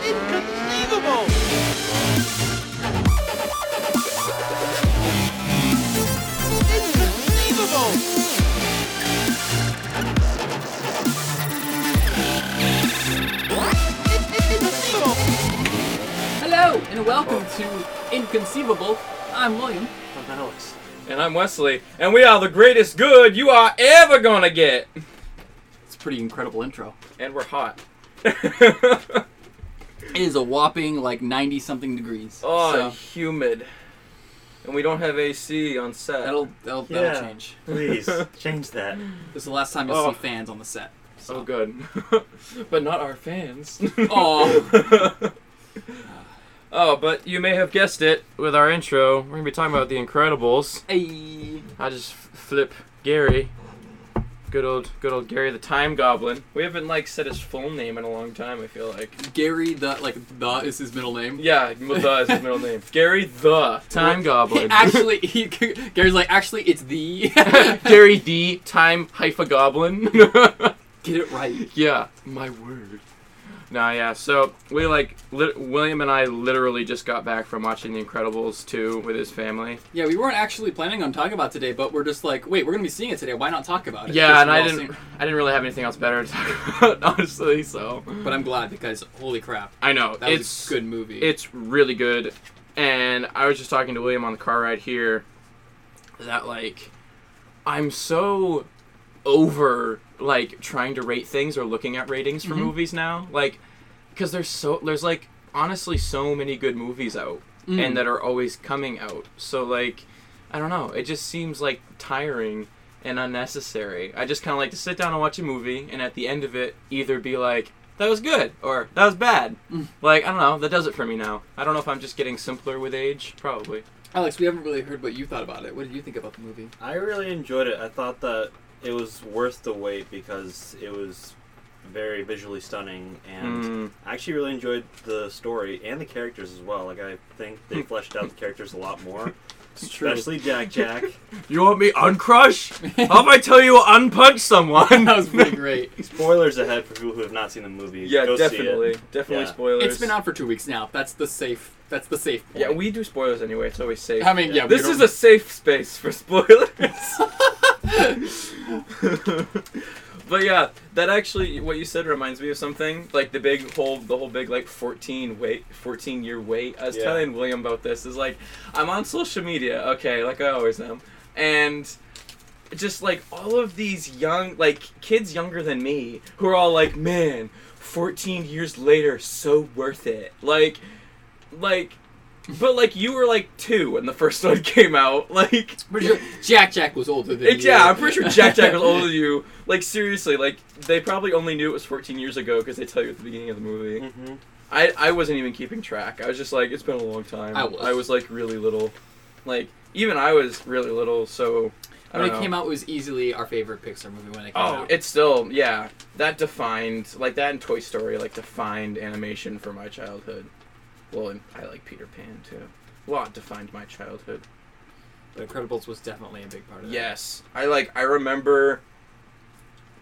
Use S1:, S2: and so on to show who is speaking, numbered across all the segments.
S1: Inconceivable! Inconceivable! Inconceivable!
S2: Hello and welcome to Inconceivable. I'm William.
S3: And I'm Wesley, and we are the greatest good you are ever gonna get.
S2: It's a pretty incredible intro.
S3: And we're hot.
S2: It is a whopping like 90 something degrees.
S3: Oh,
S2: so
S3: humid. And we don't have AC on set.
S2: that'll that'll,
S4: Yeah.
S2: that'll change.
S4: Please change that.
S2: This is the last time you'll
S3: Oh.
S2: see fans on the set.
S3: so Oh, good. but not our fans.
S2: Oh,
S3: oh, but you may have guessed it with our intro. We're gonna be talking about The Incredibles.
S2: hey.
S3: I just f- flip Gary. Good old, good old Gary the Time Goblin. We haven't like said his full name in a long time. I feel like.
S2: Gary the like the is his middle name.
S3: Yeah, the is his middle name. Gary the Time Goblin.
S2: actually, he, Gary's like actually it's the
S3: Gary the Time Hypha Goblin.
S2: Get it right.
S3: yeah, my word. Nah, yeah. So we like lit- William and I literally just got back from watching The Incredibles 2 with his family.
S2: Yeah, we weren't actually planning on talking about it today, but we're just like, wait, we're gonna be seeing it today. Why not talk about it?
S3: Yeah,
S2: Because
S3: and
S2: we're
S3: I
S2: all
S3: didn't
S2: seeing-
S3: I didn't really have anything else better to talk about, honestly. So
S2: But I'm glad because holy crap,
S3: I know
S2: that
S3: it's
S2: was a good movie.
S3: It's really good. And I was just talking to William on the car ride here that like I'm so over like trying to rate things or looking at ratings for movies now. Like cuz there's so there's like honestly so many good movies out and that are always coming out. So like I don't know, it just seems like tiring and unnecessary. I just kind of like to sit down and watch a movie and at the end of it either be like that was good or that was bad. Like, I don't know. That does it for me now. I don't know if I'm just getting simpler with age. Probably.
S2: Alex, we haven't really heard what you thought about it. What did you think about the movie?
S4: I really enjoyed it. I thought that it was worth the wait because it was very visually stunning, and
S3: Mm.
S4: I actually really enjoyed the story and the characters as well. Like I think they fleshed out the characters a lot more,
S2: It's
S4: especially Jack Jack.
S3: You want me uncrush? How if I tell you unpunch someone?
S2: that was pretty great.
S4: Spoilers ahead for people who have not seen the movie.
S3: yeah,
S4: Go see it.
S3: definitely. Definitely
S4: Yeah.
S3: spoilers.
S2: It's been out for two weeks now. That's the safe. That's the safe. Point.
S3: Yeah, we do spoilers anyway. It's always safe.
S2: I mean, yeah. we
S3: this
S2: don't-
S3: is a safe space for spoilers. but yeah, that actually what you said reminds me of something. Like the big whole the whole big like 14 wait 14 year wait. I was
S4: Yeah.
S3: telling William about this. Is like I'm on social media, okay, like I always am. And just like all of these young like kids younger than me who are all like, "Man, 14 years later, so worth it." Like like but like you were like two when the first one came out. Like
S2: Pretty sure Jack Jack was older than
S3: it-
S2: you.
S3: yeah, I'm pretty sure Jack Jack was older than you. Like seriously, like they probably only knew it was 14 years ago because they tell you at the beginning of the movie.
S2: Mm.
S4: Mhm.
S3: I I wasn't even keeping track. I was just like, it's been a long time.
S2: I was.
S3: like really little, like even I was really little. So I
S2: when
S3: don't
S2: it
S3: know.
S2: came out, it was easily our favorite Pixar movie when it came
S3: Oh,
S2: out.
S3: it's still yeah. That defined like that and Toy Story like defined animation for my childhood. Well, and I like Peter Pan too. A lot defined my childhood.
S2: but Incredibles was definitely a big part of it.
S3: Yes, I like. I remember.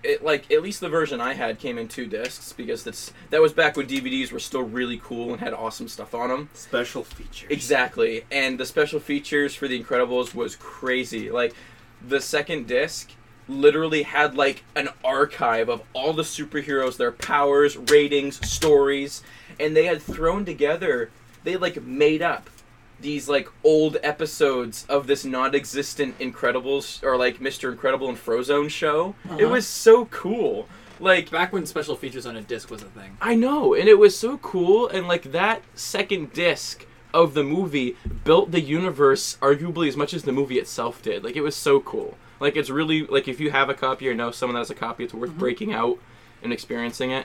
S3: It like at least the version I had came in two discs because that's that was back when DVDs were still really cool and had awesome stuff on them.
S4: Special features.
S3: Exactly, and the special features for The Incredibles was crazy. Like the second disc literally had like an archive of all the superheroes, their powers, ratings, stories, and they had thrown together. They like made up these like old episodes of this non-existent Incredibles or like Mr. Incredible and Frozone show. It was so cool. Like
S2: Back when special features on a disc was a thing.
S3: I know, and it was so cool. And like that second disc of the movie built the universe arguably as much as the movie itself did. Like it was so cool. Like it's really like if you have a copy or know someone that has a copy, it's
S2: Mm-hmm.
S3: worth breaking out and experiencing it.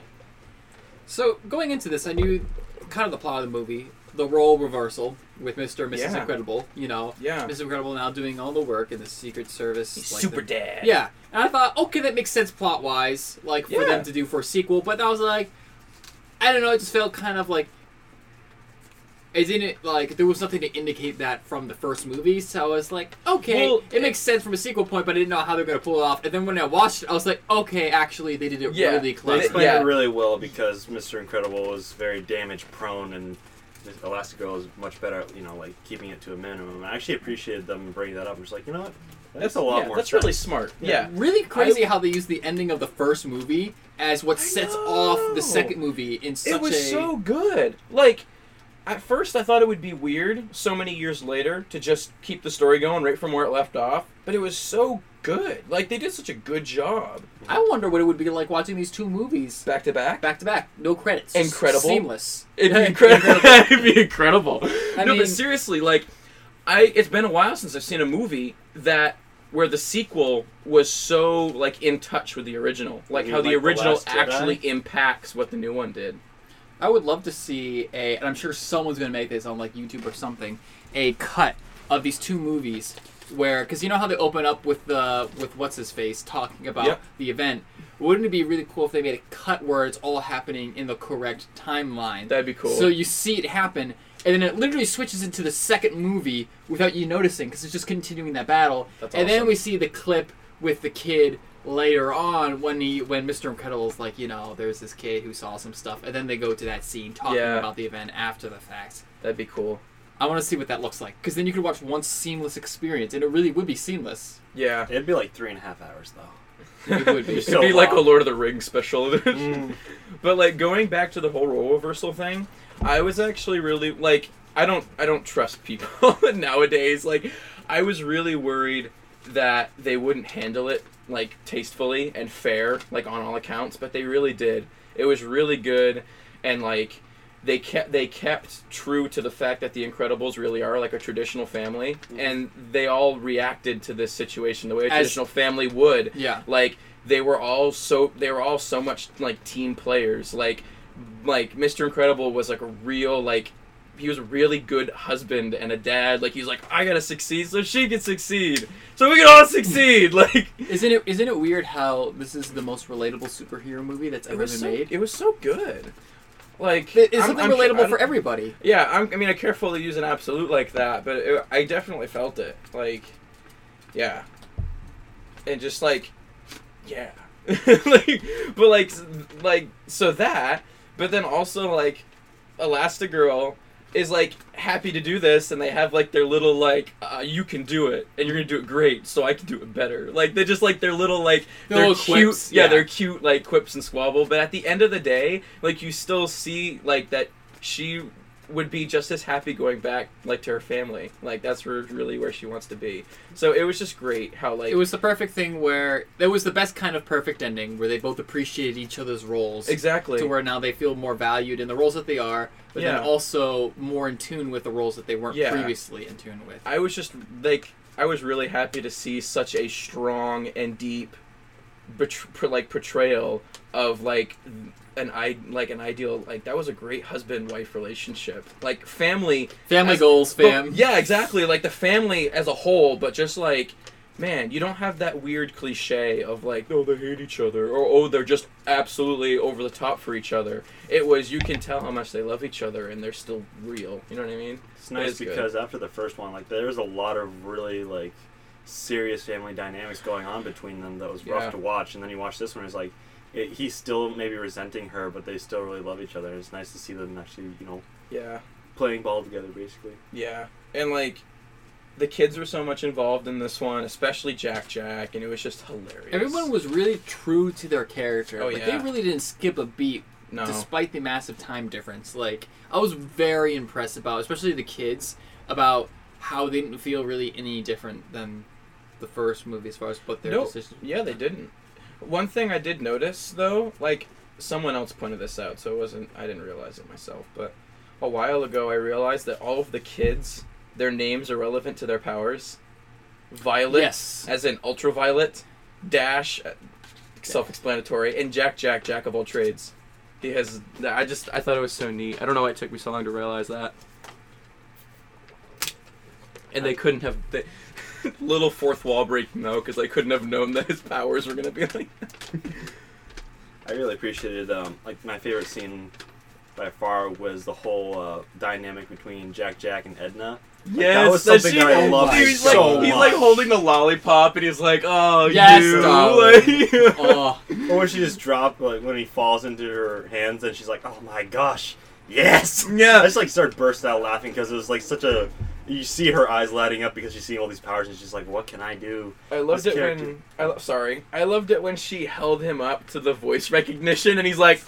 S2: So going into this, I knew kind of the plot of the movie, the role reversal with Mr. and Mrs.
S3: Yeah.
S2: Incredible. You know,
S3: Yeah.
S2: Mrs. Incredible now doing all the work in the Secret Service. like the-
S3: dad.
S2: Yeah, and I thought, okay, that makes sense plot wise, like for
S3: Yeah.
S2: them to do for a sequel. But I was like, I don't know, it just felt kind of like it didn't like there was nothing to indicate that from the first movie. So I was like, okay,
S3: Well,
S2: it, makes sense from a sequel point, but I didn't know how they're gonna pull it off. And then when I watched it, I was like, okay, actually, they did it
S3: Yeah,
S2: really
S3: they-
S4: They
S2: clever.
S4: explained
S3: Yeah.
S4: it really well because Mr. Incredible was very damage prone and Miss Elastigirl is much better at, you know, like keeping it to a minimum. I actually appreciated them bringing that up. I'm just like, you know what? That's a lot more
S3: That's
S4: sense.
S3: really smart. Yeah.
S2: Really crazy how they used the ending of the first movie as what sets off
S3: know.
S2: the second movie in such
S3: it was
S2: a
S3: so good. Like, at first I thought it would be weird so many years later to just keep the story going right from where it left off, but it was so good. Like, they did such a good job.
S2: I wonder what it would be like watching these two movies
S3: Back to back.
S2: back to back, no credits. Just
S3: Incredible.
S2: Seamless.
S3: It'd be incredible. It'd be incredible.
S2: I
S3: no,
S2: mean-
S3: but seriously, like, I it's been a while since I've seen a movie that where the sequel was so like in touch with the original, like
S4: You
S3: how
S4: mean,
S3: the
S4: like, The
S3: original
S4: Last Jedi?
S3: actually impacts what the new one did.
S2: I would love to see a, and I'm sure someone's gonna make this on like YouTube or something, a cut of these two movies where, because you know how they open up with the with what's his face talking about
S3: Yep.
S2: the event. Wouldn't it be really cool if they made a cut where it's all happening in the correct timeline?
S3: That'd be cool.
S2: So you see it happen, and then it literally switches into the second movie without you noticing because it's just continuing that battle.
S3: That's
S2: and then
S3: awesome.
S2: we see the clip with the kid later on when he when Mr. Incredible is like, you know, there's this kid who saw some stuff, and then they go to that scene talking
S3: Yeah.
S2: about the event after the fact.
S3: That'd be cool.
S2: I want to see what that looks like because then you could watch one seamless experience, and it really would be seamless.
S3: Yeah.
S4: It'd be like three and a half hours though.
S2: It would be.
S3: It'd
S4: So
S3: be like a
S4: long.
S3: Lord of the Rings special. But like going back to the whole role reversal thing, I was actually really like I don't I don't trust people nowadays. Like I was really worried that they wouldn't handle it like tastefully and fair, like on all accounts, but they really did. It was really good and like they kept they kept true to the fact that the Incredibles really are like a traditional family, and they all reacted to this situation the way a
S2: As-
S3: traditional family would.
S2: Yeah.
S3: Like they were all so they were all so much like team players. Like like Mr. Incredible was like a real like he was a really good husband and a dad. Like he was like I gotta succeed so she can succeed so we can all succeed. Like
S2: Isn't it? Isn't it weird how this is the most relatable superhero movie that's
S3: it
S2: ever been
S3: was so,
S2: made?
S3: it was so good. Like
S2: It's
S3: I'm-
S2: something
S3: I'm sure- I
S2: relatable for
S3: don't-
S2: everybody.
S3: Yeah, I'm, I mean, I carefully use an absolute like that, but it, I definitely felt it. Like, yeah, and just like, yeah, like, but like, s- like so that, but then also like, Elastigirl is like happy to do this, and they have like their little like, uh, you can do it, and you're gonna do it great, so I can do it better. Like they just like their little like
S2: Their
S3: they're
S2: little
S3: cute,
S2: quips,
S3: yeah,
S2: yeah.
S3: they're cute like quips and squabble. But at the end of the day, like you still see like that she would be just as happy going back like to her family. Like that's where, really where she wants to be. So it was just great how like
S2: It was the perfect thing where it was the best kind of perfect ending where they both appreciated each other's roles
S3: exactly
S2: to where now they feel more valued in the roles that they are, but
S3: Yeah.
S2: then also more in tune with the roles that they weren't
S3: Yeah.
S2: previously in tune with.
S3: I was just like I was really happy to see such a strong and deep betr- per- like portrayal of like an i like an ideal like that was a great husband wife relationship like family
S2: Family
S3: as-
S2: goals,
S3: but-
S2: fam.
S3: yeah exactly like the family as a whole but just like man you don't have that weird cliche of like oh they hate each other or oh they're just absolutely over the top for each other it was you can tell how much they love each other and they're still real you know what i mean
S4: It's nice
S3: It's good.
S4: because after the first one, like there was a lot of really like serious family dynamics going on between them that was rough
S3: Yeah.
S4: to watch. And then you watch this one, it's like it, he's still maybe resenting her, but they still really love each other. And it's nice to see them actually, you know,
S3: yeah
S4: playing ball together basically.
S3: Yeah, and like the kids were so much involved in this one, especially Jack Jack, and it was just hilarious.
S2: Everyone was really true to their character.
S3: Oh,
S2: like
S3: yeah.
S2: they really didn't skip a beat
S3: no,
S2: despite the massive time difference. Like I was very impressed about, especially the kids, about how they didn't feel really any different than the first movie as far as what their
S3: Nope.
S2: decisions.
S3: yeah, they didn't. One thing I did notice though, like someone else pointed this out, so it wasn't I didn't realize it myself, but a while ago I realized that all of the kids, their names are relevant to their powers. Violet,
S2: Yes.
S3: as in Ultraviolet, Dash, uh, self-explanatory, and Jack, Jack, Jack of all trades. He has. I just. I thought it was so neat. I don't know why it took me so long to realize that. And they couldn't have. They, little fourth wall breaking though, because they couldn't have known that his powers were gonna be like.
S4: I really appreciated um, like my favorite scene by far was the whole uh, dynamic between Jack Jack and Edna.
S3: Yes,
S4: was
S3: that
S4: something
S3: she-
S4: I loved
S3: he was
S4: so
S3: like, He's
S4: much.
S3: like holding the lollipop, and he's like, "Oh,
S2: Yes,
S3: you."
S2: darling.
S3: like-
S2: Oh,
S4: Or when she just dropped like when he falls into her hands and she's like, "Oh my gosh, yes!" I
S3: yeah,
S4: just like started bursting out laughing because it was like such a. You see her eyes lighting up because she's seeing all these powers and she's like, "What can I do?"
S3: I loved
S4: This
S3: it when
S4: character.
S3: I lo- sorry, I loved it when she held him up to the voice recognition, and he's like,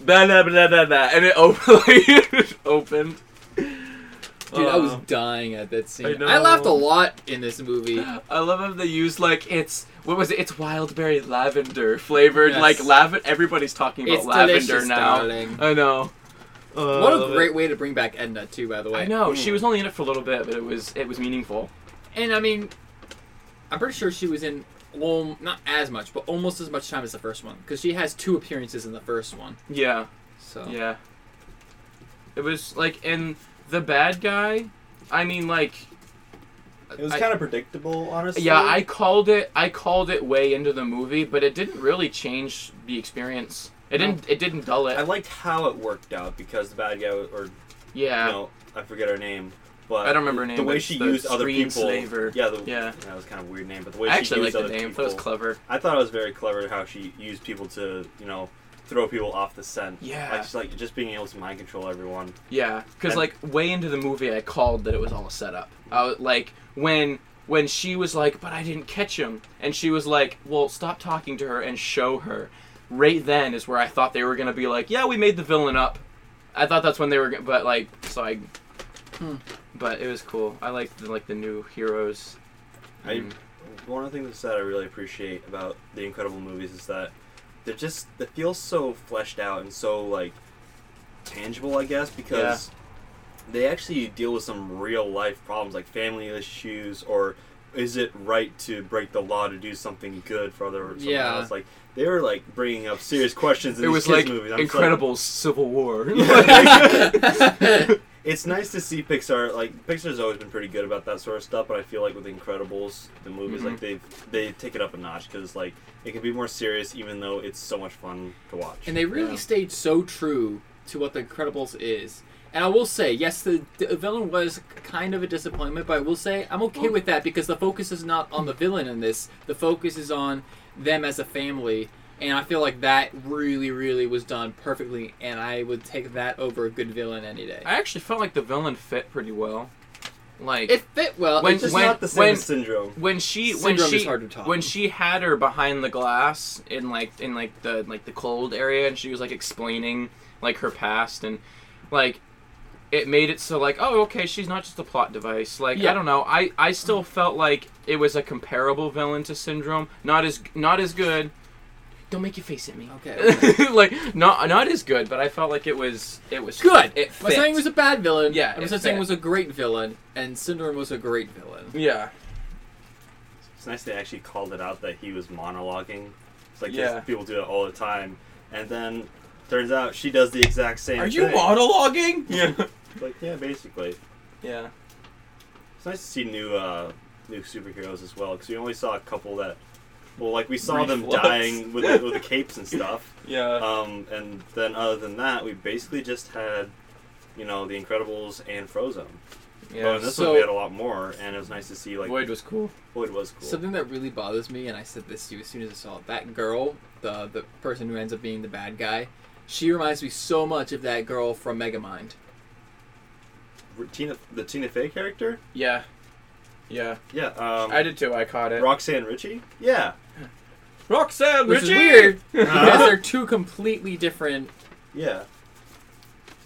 S3: "Blah blah blah blah blah," and it opened. it opened.
S2: dude, I was
S3: Uh,
S2: dying at that scene.
S3: I
S2: I, laughed a
S3: know.
S2: lot in this movie.
S3: Uh, I love how they use like it's what was it? It's wildberry lavender flavored,
S2: Yes.
S3: like lavender. Everybody's talking about
S2: It's
S3: lavender
S2: delicious,
S3: now.
S2: darling.
S3: I know. Uh,
S2: What
S3: I
S2: a
S3: love it.
S2: great way to bring back Edna too, by the way.
S3: I know she was only in it for a little bit, but it was it was meaningful.
S2: And I mean, I'm pretty sure she was in well, not as much, but almost as much time as the first one because she has two appearances in the first one.
S3: Yeah,
S2: So
S3: yeah. It was like and the bad guy. I mean, like
S4: It was
S3: I-
S4: kind of predictable, honestly.
S3: yeah, I called it. I called it way into the movie, but it didn't really change the experience. It
S2: No.
S3: didn't. It didn't dull it.
S4: I liked how it worked out because the bad guy or
S3: yeah.
S4: no, I forget her name,
S3: I
S4: but
S3: don't remember her name,
S4: The way
S3: but
S4: she
S3: the
S4: used other
S3: screen
S4: people,
S3: slaver.
S4: yeah, the,
S3: Yeah.
S4: that was kind of a weird name, but the way
S3: I
S4: she
S3: actually like
S4: used
S3: the
S4: other
S3: name. I
S4: people,
S3: thought it was clever.
S4: I thought it was very clever how she used people to, you know, throw people off the scent.
S3: Yeah.
S4: Like, just, like just being able to mind control everyone.
S3: Yeah, because
S4: And-
S3: like way into the movie, I called that it was all a setup. I was, like when when she was like, "But I didn't catch him," and she was like, "Well, stop talking to her and show her." Right then is where I thought they were gonna be like, "Yeah, we made the villain up." I thought that's when they were, go- but like, so I.
S4: Hmm.
S3: But it was cool. I liked the, like the new heroes. Mm.
S4: I one of the things that I really appreciate about the Incredible movies is that they're just they feel so fleshed out and so like tangible, I guess, because they actually deal with some real life problems like family issues or is it right to break the law to do something good for other someone
S2: Yeah.
S4: else? Like they were like bringing up serious questions. In
S3: It
S4: these
S3: was
S4: kids
S3: like
S4: movies. I'm just
S3: Incredible Civil War.
S4: it's nice to see Pixar like Pixar's always been pretty good about that sort of stuff, but I feel like with Incredibles, the movies
S3: Mhm.
S4: like they they take it up a notch because like it can be more serious, even though it's so much fun to watch.
S2: and they really
S4: Yeah.
S2: stayed so true to what the Incredibles is. And I will say, yes, the, the villain was kind of a disappointment, but I will say I'm okay with that because the focus is not on the villain in this. The focus is on them as a family, and I feel like that really, really was done perfectly. And I would take that over a good villain any day.
S3: I actually felt like the villain fit pretty well. Like
S2: It fit well.
S3: When-
S2: it's just
S4: It's just
S3: when-
S4: not the same
S3: when-
S4: as syndrome.
S3: when she when
S2: Syndrome
S3: she
S2: is hard to talk.
S3: when she had her behind the glass in like in like the like the cold area and she was like explaining like her past and like it made it so like oh okay she's not just a plot device like
S2: Yeah.
S3: i don't know i i still felt like it was a comparable villain to syndrome not as not as good don't make your face at me
S2: Okay,
S3: like not not as good but i felt like it was it was
S2: good.
S3: it
S2: I'm not
S3: fit.
S2: saying it was a bad villain.
S3: Yeah,
S2: I'm
S3: it
S2: just saying
S3: fit.
S2: it was a great villain, and Syndrome was a great villain.
S3: yeah
S4: It's nice they actually called it out that he was monologuing. It's like
S3: Yeah.
S4: just people do it all the time, and then turns out she does the exact same.
S3: are you
S4: thing.
S3: monologuing yeah
S4: Like yeah, basically.
S3: yeah
S4: It's nice to see new uh, new superheroes as well because we only saw a couple that, well, like we saw them
S3: Reflux.
S4: dying with the, with the capes and stuff.
S3: yeah
S4: Um, and then other than that, we basically just had, you know, The Incredibles and Frozen. But in this
S2: so-
S4: one, we had a lot more, and it was nice to see like
S3: Void
S4: Void,
S3: was cool.
S4: was cool.
S2: Something that really bothers me, and I said this to you as soon as I saw it, that girl, the the person who ends up being the bad guy, she reminds me so much of that girl from Megamind.
S4: Tina, the Tina Fey character.
S3: Yeah. Yeah.
S4: Yeah. Um,
S3: I did too. I caught it.
S4: Roxanne Ritchie. Yeah.
S3: Roxanne
S2: Which is
S3: Ritchie!
S2: weird because
S4: Uh-huh.
S2: they're two completely different.
S4: Yeah.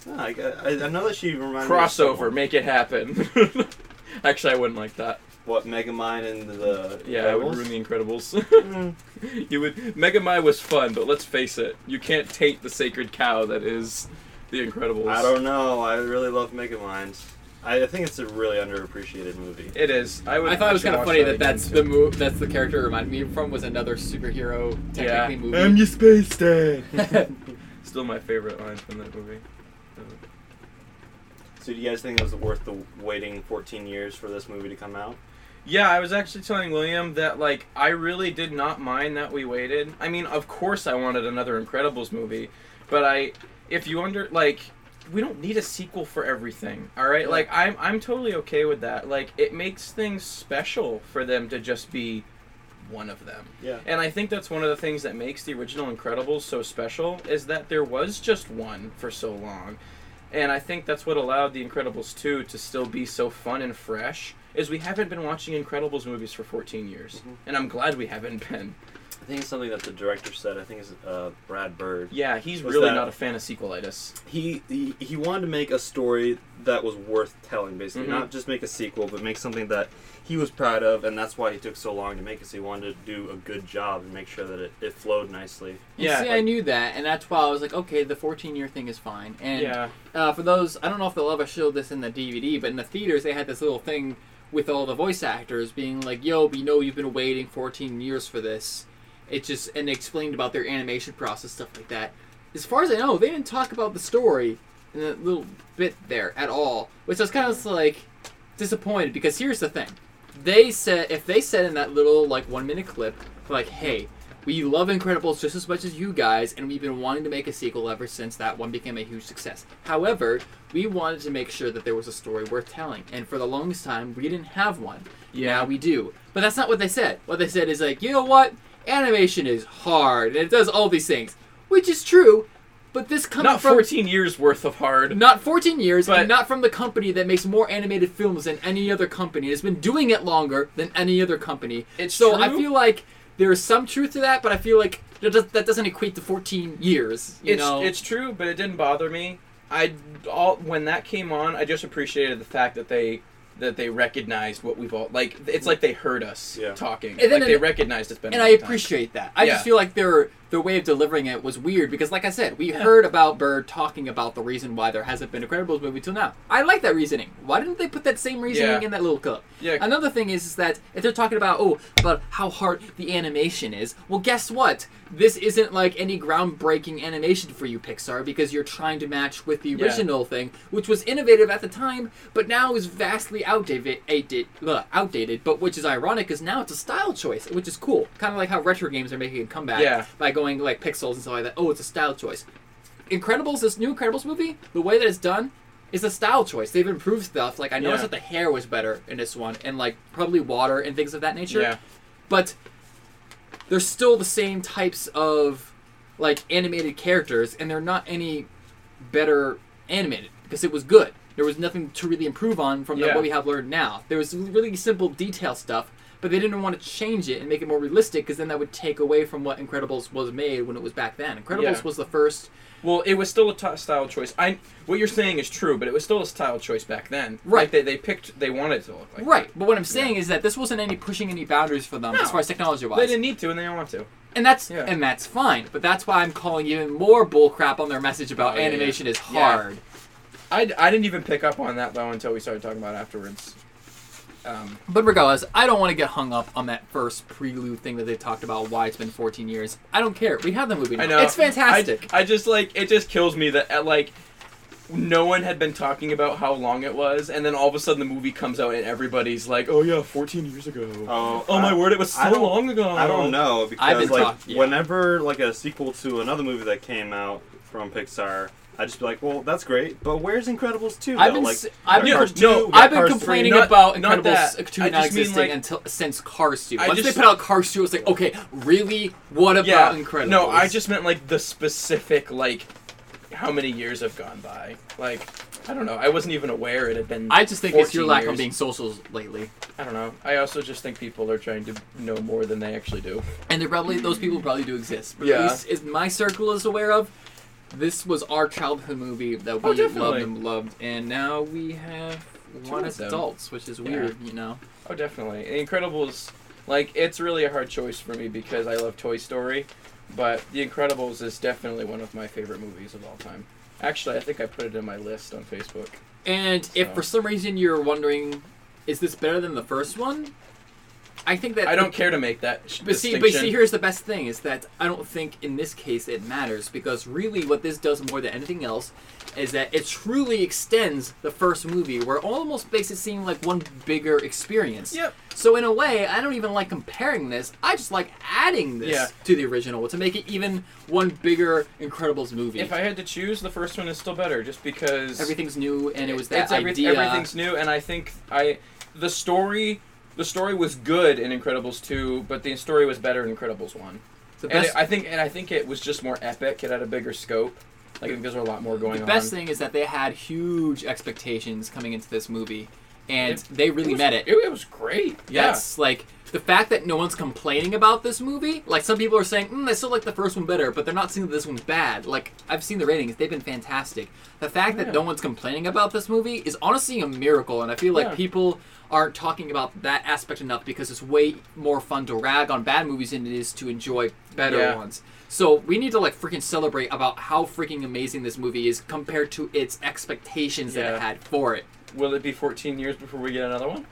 S4: No, I, I, I know that she reminded me of
S3: Crossover.
S4: someone.
S3: Make it happen. Actually, I wouldn't like that.
S4: What Megamind and the
S3: Yeah, I would
S4: Incredibles?
S3: ruin the Incredibles.
S2: Mm.
S3: you would. Megami was fun, but let's face it, you can't taint the sacred cow that is the Incredibles.
S4: I don't know. I really love Megamind. I, I think it's a really underappreciated movie.
S3: It is. I would.
S2: I thought it was
S3: should
S2: kind of
S3: watch
S2: funny that
S3: again,
S2: that's
S3: too.
S2: the move. That's the character it reminded me from was another superhero technically
S3: Yeah.
S2: movie.
S4: your space dad.
S3: Still my favorite line from that movie.
S4: So, do you guys think it was worth the waiting 14 years for this movie to come out?
S3: Yeah, I was actually telling William that like I really did not mind that we waited. I mean, of course I wanted another Incredibles movie, but I if you under like we don't need a sequel for everything. All right? Like I'm I'm totally okay with that. Like it makes things special for them to just be one of them.
S4: Yeah.
S3: And I think that's one of the things that makes the original Incredibles so special is that there was just one for so long. And I think that's what allowed The Incredibles 2 to still be so fun and fresh is we haven't been watching Incredibles movies for 14 years.
S4: Mm-hmm.
S3: And I'm glad we haven't been.
S4: I think it's something that the director said. I think it's uh, Brad Bird.
S3: Yeah, he's
S4: What's
S3: really
S4: that?
S3: not a fan of sequelitis.
S4: He, he he wanted to make a story that was worth telling, basically,
S3: Mhm.
S4: not just make a sequel, but make something that he was proud of, and that's why he took so long to make it. So he wanted to do a good job and make sure that it, it flowed nicely.
S3: Yeah.
S2: Yeah, see, I knew that, and that's why I was like, okay, the 14 year thing is fine. And
S3: yeah.
S2: uh, for those, I don't know if they'll ever show this in the DVD, but in the theaters, they had this little thing with all the voice actors being like, yo, we know you've been waiting 14 years for this. It just, and they explained about their animation process, stuff like that. As far as I know, they didn't talk about the story in that little bit there at all, which I was kind of like disappointed because here's the thing. They said, if they said in that little, like, one minute clip, like, hey, we love Incredibles just as much as you guys, and we've been wanting to make a sequel ever since that one became a huge success. However, we wanted to make sure that there was a story worth telling, and for the longest time, we didn't have one. Yeah, we do. But that's not what they said. What they said is, like, you know what? Animation is hard, and it does all these things, which is true, but this comes
S3: Not
S2: from.
S3: 14 years worth of hard.
S2: Not 14 years,
S3: But-
S2: and not from the company that makes more animated films than any other company. It's been doing it longer than any other company.
S3: It's
S2: so I
S3: true.
S2: feel like there is some truth to that, but I feel like that does- that doesn't equate to 14 years. You
S3: it's
S2: know,
S3: it's true, but it didn't bother me. I all when that came on, I just appreciated the fact that they that they recognized what we've all like. It's like they heard us
S4: Yeah.
S3: talking.
S2: And then
S3: like they
S2: it-
S3: recognized it's been. a
S2: and I
S3: long time.
S2: appreciate that. I
S3: Yeah.
S2: just feel like their their way of delivering it was weird because, like I said, we heard about Bird talking about the reason why there hasn't been a Credibles movie till now. I like that reasoning. Why didn't they put that same reasoning
S3: Yeah.
S2: in that little clip?
S3: Yeah.
S2: Another thing is, is that if they're talking about oh about how hard the animation is, well, guess what? This isn't like any groundbreaking animation for you, Pixar, because you're trying to match with the
S3: Yeah.
S2: original thing, which was innovative at the time, but now is vastly outdated. Outdated, ugh, outdated but which is ironic, because now it's a style choice, which is cool. Kind of like how retro games are making a comeback
S3: Yeah.
S2: by going like pixels and stuff like that. Oh, it's a style choice. Incredibles, this new Incredibles movie, the way that it's done is a style choice. They've improved stuff. Like I noticed
S3: Yeah.
S2: that the hair was better in this one, and like probably water and things of that nature.
S3: Yeah.
S2: But they're still the same types of like animated characters, and they're not any better animated because it was good. There was nothing to really improve on from the-
S3: Yeah.
S2: what we have learned now. There was really simple detail stuff, but they didn't want to change it and make it more realistic because then that would take away from what Incredibles was made when it was back then. Incredibles
S3: Yeah.
S2: was the first
S3: Well, it was still a t- style choice. I what you're saying is true, but it was still a style choice back then.
S2: Right.
S3: Like, they they picked. They wanted it to look like.
S2: Right, but what I'm saying is that this wasn't any pushing any boundaries for them
S3: No.
S2: as far as technology
S3: They
S2: wise,
S3: didn't need to, and they don't want to.
S2: and that's
S3: yeah.
S2: and that's fine. But that's why I'm calling even more bullcrap on their message about
S3: Oh, yeah, yeah.
S2: animation is
S3: Yeah.
S2: hard.
S3: I, I didn't even pick up on that though until we started talking about it afterwards. Um,
S2: But regardless, I don't want to get hung up on that first prelude thing that they talked about. Why it's been 14 years? I don't care. We have the movie. Now.
S3: I know
S2: it's fantastic.
S3: I, I just like it. Just kills me that uh, like no one had been talking about how long it was, and then all of a sudden the movie comes out and everybody's like, "Oh yeah, 14 years ago."
S4: Oh,
S3: oh my
S4: I-
S3: word, it was
S4: I
S3: so
S4: don't-
S3: long ago.
S4: I don't know
S2: I've
S4: because
S2: been
S4: like
S2: talk- yeah.
S4: whenever like a sequel to another movie that came out from Pixar, I just be like, well, that's great, but wherere's Incredibles two?
S2: I've been
S4: like,
S2: s-
S4: we
S2: I've
S4: got
S2: been-
S4: Cars
S3: no,
S4: 2, we got
S2: I've been
S4: Cars 3.
S2: complaining
S3: Not-
S2: about
S3: not
S2: Incredibles
S3: that.
S2: 2
S3: I
S2: not
S3: just mean,
S2: existing
S3: like-
S2: until since Cars 2.
S3: I
S2: Once
S3: just-
S2: they put out Cars 2, it was like, okay, really? What about
S3: Yeah,
S2: Incredibles?
S3: no, I just meant like the specific like how many years have gone by. Like I don't know. I wasn't even aware it had been.
S2: I just think it's your
S3: 14
S2: lack
S3: years.
S2: of being social lately.
S3: I don't know. I also just think people are trying to know more than they actually do.
S2: and they're probably those people probably do exist. But
S3: Yeah.
S2: at least is my circle is aware of. This was our childhood movie that we
S3: Oh,
S2: loved
S3: definitely.
S2: and loved, and now we have one
S3: of
S2: as
S3: them.
S2: adults, which is weird, you know.
S3: Oh, definitely. The Incredibles, like, it's really a hard choice for me because I love Toy Story, but The Incredibles is definitely one of my favorite movies of all time. Actually, I think I put it in my list on Facebook.
S2: And if
S3: So.
S2: for some reason you're wondering, is this better than the first one? I think that
S3: I don't care to make that sh-
S2: But see, but
S3: distinction.
S2: see, here's the best thing is that I don't think in this case it matters because really what this does more than anything else is that it truly extends the first movie where it almost makes it seem like one bigger experience.
S3: Yep.
S2: So in a way, I don't even like comparing this. I just like adding this
S3: Yeah.
S2: to the original to make it even one bigger Incredibles movie.
S3: If I had to choose, the first one is still better, just because
S2: Everything's new and it was that
S3: it's every-
S2: idea.
S3: Everything's new, and I think I the story the story was good in Incredibles two, but the story was better in Incredibles one.
S2: the
S3: And
S2: best
S3: it, I think and I think it was just more epic. It had a bigger scope. Like I think there's a lot more going
S2: the best
S3: on.
S2: thing is that they had huge expectations coming into this movie and they really
S3: was,
S2: met it.
S3: It, it was great.
S2: Yes, like the fact that no one's complaining about this movie. Like some people are saying, mm, I still like the first one better, but they're not saying that this one's bad. Like I've seen the ratings; they've been fantastic. The fact that
S3: Yeah.
S2: no one's complaining about this movie is honestly a miracle, and I feel like
S3: Yeah.
S2: people aren't talking about that aspect enough because it's way more fun to rag on bad movies than it is to enjoy better
S3: Yeah.
S2: ones. So we need to like freaking celebrate about how freaking amazing this movie is compared to its expectations that
S3: Yeah.
S2: it had for it.
S3: Yeah. Will it be 14 years before we get another one?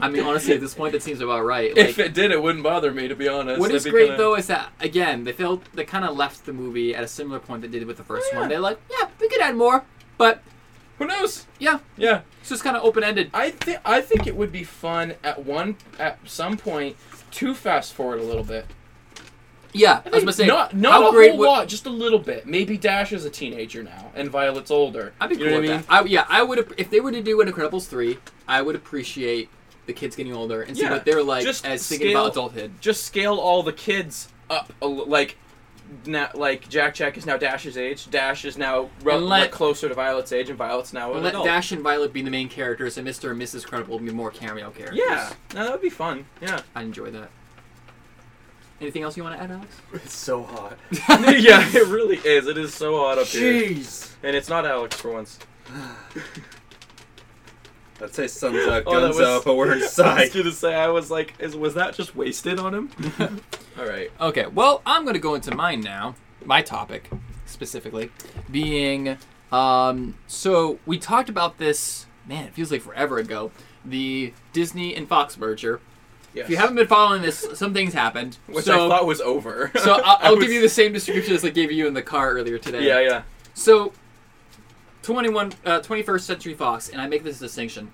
S2: I mean, honestly, at this point, that seems about right. Like,
S3: if it did, it wouldn't bother me to be honest.
S2: What
S3: It'd
S2: is
S3: be
S2: great
S3: kinda-
S2: though is that again they felt they kind of left the movie at a similar point they did with the first
S3: Oh, yeah.
S2: one. They're like, yeah, we could add more, but
S3: Who knows?
S2: yeah,
S3: Yeah.
S2: it's just kind of open ended.
S3: I think I think it would be fun at one at some point to fast forward a little bit.
S2: Yeah, I, was gonna say
S3: not not
S2: how
S3: a
S2: great
S3: whole
S2: would-
S3: lot, just a little bit. Maybe Dash is a teenager now, and Violet's older.
S2: I'd be
S3: You
S2: cool
S3: know
S2: with
S3: what I mean?
S2: that. I, yeah, I would if they were to do an Incredibles three, I would appreciate the kids getting older and see
S3: Yeah,
S2: what they're like
S3: just
S2: as thinking about
S3: scale-
S2: adulthood.
S3: Just scale all the kids up, a, li- like. Now, like Jack Jack is now Dash's age. Dash is now re-
S2: And let-
S3: like, closer to Violet's age, and Violet's now an
S2: Let
S3: adult.
S2: Dash and Violet be the main characters, and Mr. and Mrs. Credible will be more cameo characters.
S3: yeah, no, that would be fun. Yeah,
S2: I enjoy that. Anything else you want to add, Alex?
S4: It's so hot.
S3: yeah, it really is. It is so hot up here,
S4: Jeez.
S3: and it's not Alex for once.
S4: I'd say sun's out,
S3: Oh, that
S4: guns
S3: was-
S4: out, but we're
S3: I
S4: inside.
S3: was gonna say, I was like, is, was that just wasted on him? All right.
S2: Okay, well, I'm going to go into mine now. My topic, specifically, being um, so we talked about this, man, it feels like forever ago, the Disney and Fox merger.
S3: Yes.
S2: If you haven't been following this, some things happened.
S3: which
S2: so,
S3: I thought was over.
S2: so I'll,
S3: I
S2: I'll
S3: was-
S2: give you the same description as I gave you in the car earlier today.
S3: Yeah, yeah.
S2: So, 21, uh, 21st Century Fox, and I make this distinction.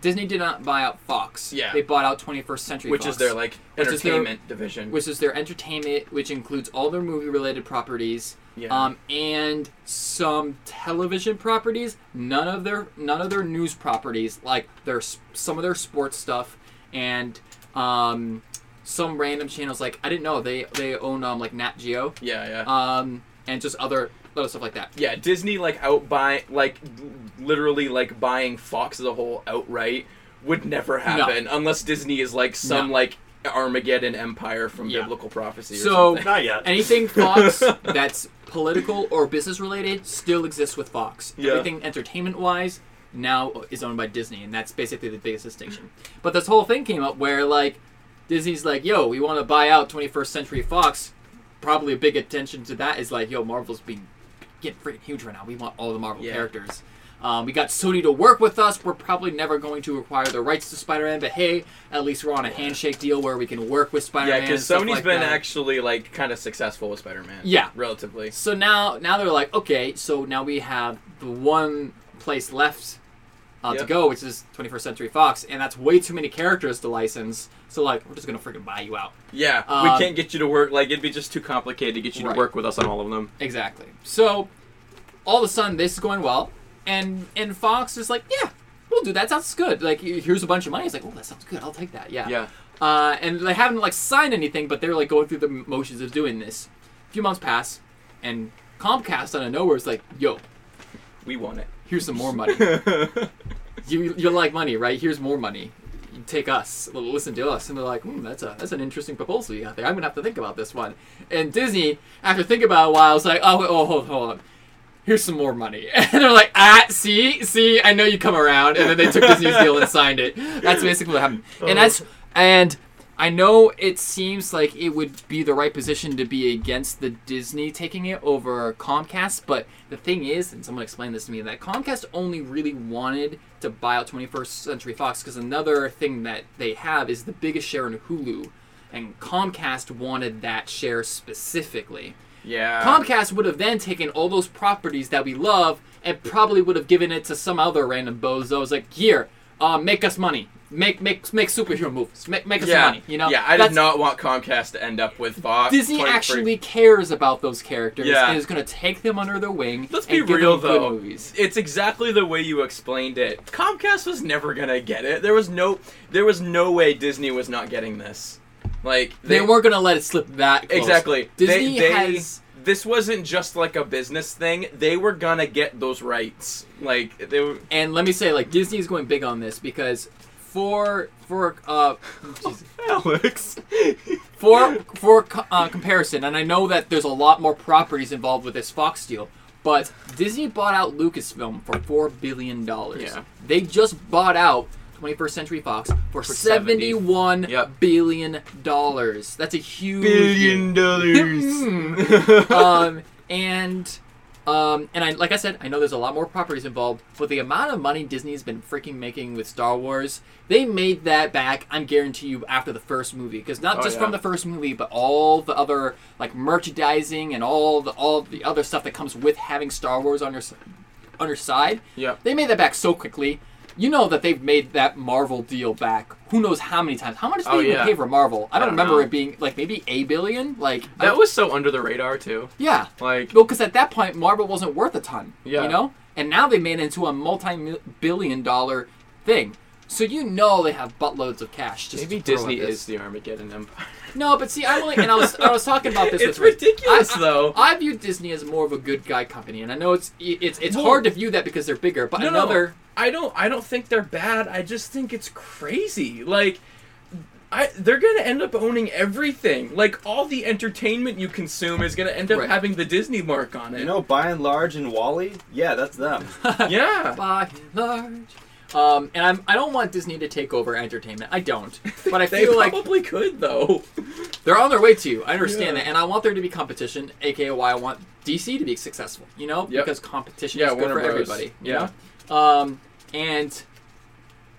S2: Disney did not buy out Fox.
S3: Yeah.
S2: They bought out 21st Century
S3: Which
S2: Fox.
S3: is their like
S2: Which is their-
S3: entertainment division.
S2: which is their entertainment, which includes all their movie related properties,
S3: Yeah.
S2: um, and some television properties. None of their none of their news properties, like their s- some of their sports stuff, and um, some random channels. Like I didn't know they they own um, like Nat Geo,
S3: yeah, yeah.
S2: um, and just other other stuff like that.
S3: yeah, Disney like out buy like l- literally like buying Fox as a whole outright would never happen unless Disney is like some
S2: No.
S3: like Armageddon empire from
S2: Yeah.
S3: biblical prophecy. Or
S2: So-
S3: something.
S4: Not yet.
S2: Anything Fox that's political or business related still exists with Fox.
S3: Yeah.
S2: Everything entertainment wise now is owned by Disney, and that's basically the biggest distinction. But this whole thing came up where like Disney's like, "Yo, we want to buy out 21st Century Fox." Probably a big attention to that is like, "Yo, Marvel's being getting freaking huge right now. We want all the Marvel
S3: Yeah.
S2: characters." Um, we got Sony to work with us. We're probably never going to acquire the rights to Spider-Man, but hey, at least we're on a handshake deal where we can work with Spider-Man.
S3: yeah, because
S2: Sony's
S3: Sony's
S2: like
S3: been
S2: that.
S3: actually like kind of successful with Spider-Man.
S2: Yeah.
S3: relatively.
S2: So now, now they're like, okay, so now we have the one place left uh, to
S3: Yep.
S2: go, which is 21st Century Fox, and that's way too many characters to license. So like, we're just gonna freaking buy you out.
S3: Yeah,
S2: Um,
S3: we can't get you to work. Like it'd be just too complicated to get you
S2: Right.
S3: to work with us on all of them.
S2: Exactly. So all of a sudden, this is going well, and and Fox is like, yeah, we'll do that. Sounds good. Like, here's a bunch of money. It's like, oh, that sounds good. I'll take that. Yeah.
S3: Yeah,
S2: Uh, and they haven't like signed anything, but they're like going through the motions of doing this. A few months pass, and Comcast out of nowhere is like, yo,
S3: we want it.
S2: here's some more money. you you like money, right? Here's more money. You take us, l- listen to us, and they're like, hmm, that's a that's an interesting proposal you got there. I'm gonna have to think about this one. And Disney, after thinking about it a while, was like, oh, wait, oh hold hold on. Here's some more money, and they're like, ah, see, see, I know you come around, and then they took Disney's deal and signed it. That's basically what happened, and that's and I know it seems like it would be the right position to be against the Disney taking it over Comcast, but the thing is, and someone explained this to me, that Comcast only really wanted to buy out 21st Century Fox because another thing that they have is the biggest share in Hulu, and Comcast wanted that share specifically.
S3: Yeah.
S2: Comcast would have then taken all those properties that we love and probably would have given it to some other random bozo. It's like, here, uh, make us money. Make make make superhero movies. Make make us
S3: yeah.
S2: money. You know.
S3: Yeah, I
S2: That's-
S3: did not want Comcast to end up with Fox.
S2: Disney
S3: 23.
S2: actually cares about those characters
S3: Yeah.
S2: and is going to take them under their wing.
S3: Let's
S2: and
S3: be
S2: give them
S3: real
S2: good
S3: though.
S2: Movies.
S3: It's exactly the way you explained it. Comcast was never gonna get it. There was no, there was no way Disney was not getting this. Like
S2: They, weren't going to let it slip that close.
S3: exactly.
S2: Disney
S3: they, they,
S2: has.
S3: This wasn't just like a business thing. They were gonna get those rights. Like they were.
S2: and let me say like Disney is going big on this because for for uh
S3: Alex.
S2: for for co- uh, comparison and I know that there's a lot more properties involved with this Fox deal but Disney bought out Lucasfilm for 4 billion dollars.
S3: Yeah.
S2: They just bought out 21st Century Fox for,
S3: $70.
S2: seventy-one billion
S3: Yep.
S2: dollars. That's a huge
S3: Billion dollars.
S2: um, and um, and I like I said, I know there's a lot more properties involved, but the amount of money Disney's been freaking making with Star Wars, they made that back. I'm guarantee you after the first movie, because not
S3: Oh,
S2: just
S3: yeah.
S2: from the first movie, but all the other like merchandising and all the all the other stuff that comes with having Star Wars on your s- on your side.
S3: yeah.
S2: They made that back so quickly. You know that they've made that Marvel deal back. Who knows how many times? How much did
S3: Oh,
S2: they even
S3: yeah.
S2: pay for Marvel? I don't,
S3: don't
S2: remember
S3: know.
S2: it being like maybe a billion. Like I-
S3: That was so under the radar too.
S2: yeah.
S3: Like
S2: Well, because at that point, Marvel wasn't worth a ton.
S3: Yeah.
S2: You know? And now they made it into a multi billion dollar thing. So you know they have buttloads of cash. Just
S3: maybe
S2: to throw at
S3: Disney
S2: this.
S3: is the Armageddon Empire.
S2: No, but see, I'm only. And I was, I was talking about this with
S3: It's
S2: Rick.
S3: ridiculous
S2: I- I-
S3: though.
S2: I view Disney as more of a good guy company, and I know it's it's it's
S3: Well-
S2: hard to view that because they're bigger. But
S3: No, no.
S2: another,
S3: I don't I don't think they're bad. I just think it's crazy. Like I they're going to end up owning everything. Like all the entertainment you consume is going to end up
S2: Right.
S3: having the Disney mark on it.
S4: You know, by and large, in Wally, yeah, that's them.
S3: yeah.
S2: by and large, um, and I'm I don't want Disney to take over entertainment. I don't, but I
S3: They
S2: feel like
S3: probably could though.
S2: They're on their way to you. I understand
S3: Yeah.
S2: that, and I want there to be competition. AKA, why I want DC to be successful. You know,
S3: Yep.
S2: because competition
S3: Yeah,
S2: is good
S3: Warner
S2: for
S3: Bros.
S2: everybody. you
S3: Yeah.
S2: know? Um, and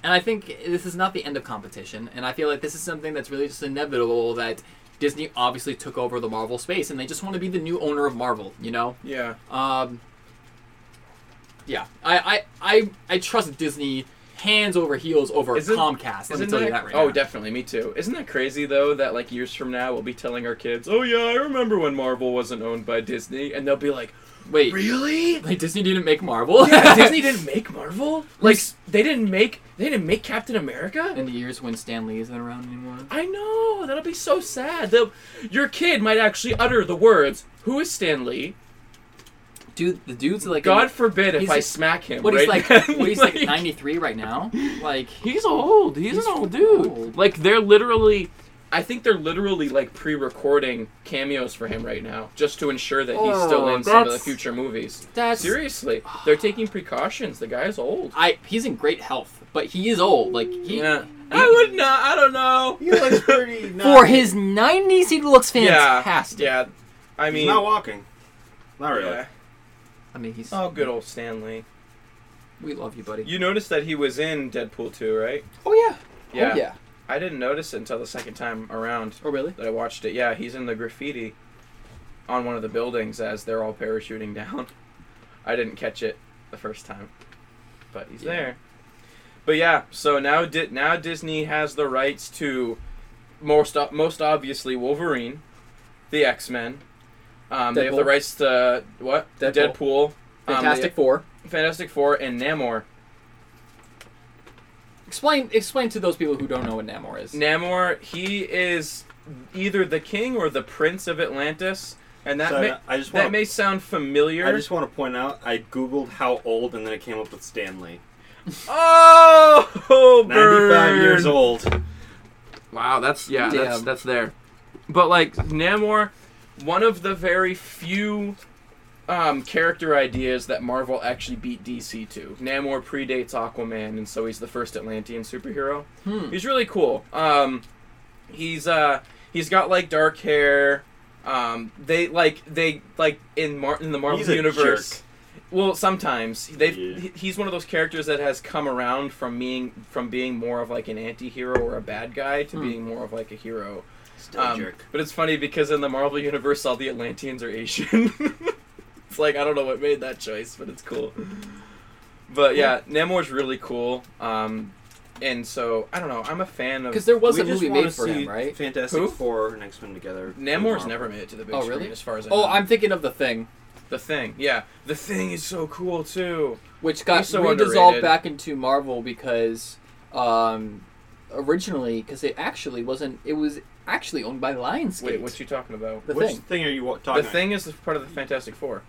S2: and I think this is not the end of competition, and I feel like this is something that's really just inevitable that Disney obviously took over the Marvel space, and they just want to be the new owner of Marvel. You know.
S3: Yeah.
S2: Um, yeah, I I, I I trust Disney hands over heels over
S3: Isn't-
S2: Comcast. Let me
S3: Isn't
S2: tell you that right
S3: oh,
S2: now.
S3: definitely, me too. Isn't that crazy though? That like years from now, we'll be telling our kids, "Oh yeah, I remember when Marvel wasn't owned by Disney," and they'll be like,
S2: Wait,
S3: "Really?
S2: like Disney didn't make Marvel.
S3: Yeah, Disney didn't make Marvel. Like they didn't make they didn't make Captain America.
S2: in the years when Stan Lee isn't around anymore.
S3: I know that'll be so sad. They'll, your kid might actually utter the words, "Who is Stan Lee?"
S2: Dude, the dude's like
S3: God forbid if
S2: he's-
S3: I smack him.
S2: what he's
S3: right
S2: like,
S3: now.
S2: what he's like, ninety three right now. Like
S3: He's old. He's,
S2: He's
S3: an old dude.
S2: old.
S3: Like they're literally, I think they're literally like pre-recording cameos for him right now, just to ensure that he's still
S2: Oh,
S3: in some of the
S2: that's-
S3: future movies.
S2: that's
S3: Seriously, they're taking precautions. The guy's old.
S2: I he's in great health, but he is old. Like he,
S3: Yeah, I would not. I don't know.
S4: He looks pretty. Not,
S2: for his nineties, he looks
S3: Yeah,
S2: fantastic.
S3: Yeah, I mean,
S4: he's not walking. Not really.
S3: yeah.
S2: I mean he's
S3: oh, good old Stanley.
S2: We love you, buddy.
S3: You noticed that he was in Deadpool 2, right?
S2: oh yeah.
S3: Yeah.
S2: Oh yeah.
S3: I didn't notice it until the second time around
S2: Oh really?
S3: that I watched it. Yeah, he's in the graffiti on one of the buildings as they're all parachuting down. I didn't catch it the first time, but he's
S2: Yeah.
S3: there. But yeah, so now Di- now Disney has the rights to most o- most obviously Wolverine, the X Men. Um, they have the
S2: Deadpool.
S3: rights to what
S2: Deadpool.
S3: Deadpool, um, they-
S2: Fantastic Four.
S3: Fantastic Four, and Namor.
S2: Explain explain to those people who don't know what Namor is.
S3: Namor, he is either the king or the prince of Atlantis, and that
S4: So,
S3: may,
S4: I just
S3: that
S4: want.
S3: may sound familiar.
S4: I just want to point out. I googled how old, and then it came up with Stanley.
S3: Oh,
S4: Ninety-five
S3: burn.
S4: years old.
S3: Wow, that's yeah, that's
S2: Damn.
S3: that's there. But like Namor, one of the very few um, character ideas that Marvel actually beat DC to. Namor predates Aquaman, and so he's the first Atlantean superhero.
S2: Hmm.
S3: He's really cool. Um, he's uh he's got like dark hair. Um, they like they like in Mar- in the Marvel
S4: He's a
S3: universe. Well, sometimes they
S4: Yeah.
S3: have he's one of those characters that has come around from being from being more of like an anti-hero or a bad guy to
S2: Hmm.
S3: being more of like a hero.
S4: Still
S3: Um,
S4: a jerk.
S3: But it's funny because in the Marvel universe, all the Atlanteans are Asian. it's like I don't know what made that choice, but it's cool. But yeah, Namor's really cool. Um, and so I don't know. I'm a fan of
S2: Because there was
S4: We
S2: a
S4: just
S2: movie
S4: wanna
S2: made for
S4: see
S2: him, right?
S4: Fantastic
S3: Who?
S4: Four and X Men together.
S3: Namor's
S4: Marvel.
S3: never made it to the big
S2: Oh,
S3: screen,
S2: really?
S3: as far as I know.
S2: Oh, I'm thinking of the thing,
S3: the thing. Yeah, the thing is so cool too.
S2: which got
S3: He's so
S2: redissolved
S3: underrated.
S2: back into Marvel because um, originally, because it actually wasn't. It was actually owned by Lionsgate.
S3: Wait, what you talking about?
S2: The
S4: Which
S2: thing.
S4: thing are you wa-
S3: The
S4: talking? about?
S3: thing is the part of the Fantastic Four.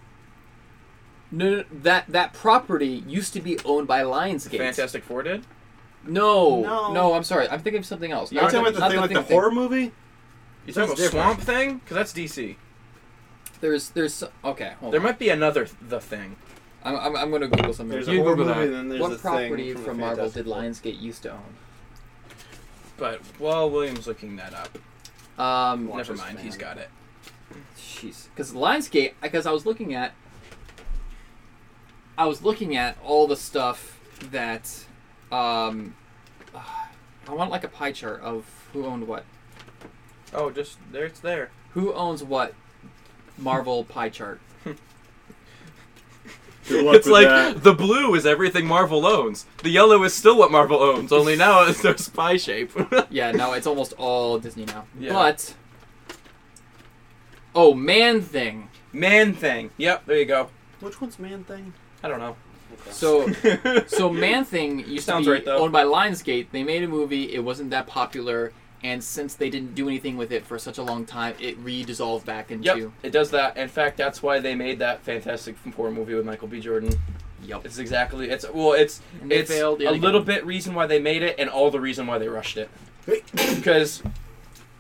S2: No, no, no, that that property used to be owned by Lionsgate.
S3: Fantastic Four did.
S2: No, no,
S4: No.
S2: I'm sorry. I'm thinking of something else.
S4: You're
S2: Not
S4: talking about the
S2: not
S4: thing, like the
S2: thing.
S4: horror movie.
S3: You talking about
S4: That's different.
S3: Swamp Thing? Because that's DC.
S2: There's, there's. Okay, hold
S3: There
S2: on.
S3: might be another th- the thing.
S2: I'm, I'm, I'm gonna Google something.
S4: There's
S2: You
S4: a horror
S2: Google
S4: movie,
S2: that.
S4: and then there's
S2: what
S4: the thing
S2: property
S4: from the
S2: from Marvel
S4: Fantastic
S2: did
S4: Four.
S2: Lionsgate used to own?
S3: But while William's looking that up,
S2: Um,
S3: never mind. He's got it.
S2: Jeez, because Lionsgate, because I was looking at, I was looking at all the stuff that, um, I want like a pie chart of who owned what,
S3: Oh, just there. It's there.
S2: who owns what, Marvel pie chart.
S4: Good luck
S3: it's
S4: with
S3: like
S4: that.
S3: the blue is everything Marvel owns. The yellow is still what Marvel owns, only now it's their spy shape.
S2: Yeah, no, it's almost all Disney now.
S3: Yeah.
S2: But, oh, Man Thing.
S3: Man Thing. Yep, there you go.
S4: Which one's Man Thing?
S3: I don't know.
S2: So, so Man Thing used
S3: Sounds
S2: to be
S3: right, though.
S2: owned by Lionsgate. They made a movie. It wasn't that popular, and since they didn't do anything with it for such a long time, it re-dissolved back into.
S3: Yep, it does that. In fact, that's why they made that Fantastic Four movie with Michael B. Jordan.
S2: Yep.
S3: It's exactly it's well, it's
S2: And they
S3: it's
S2: failed yet
S3: a
S2: again.
S3: little bit reason why they made it, and all the reason why they rushed it. Because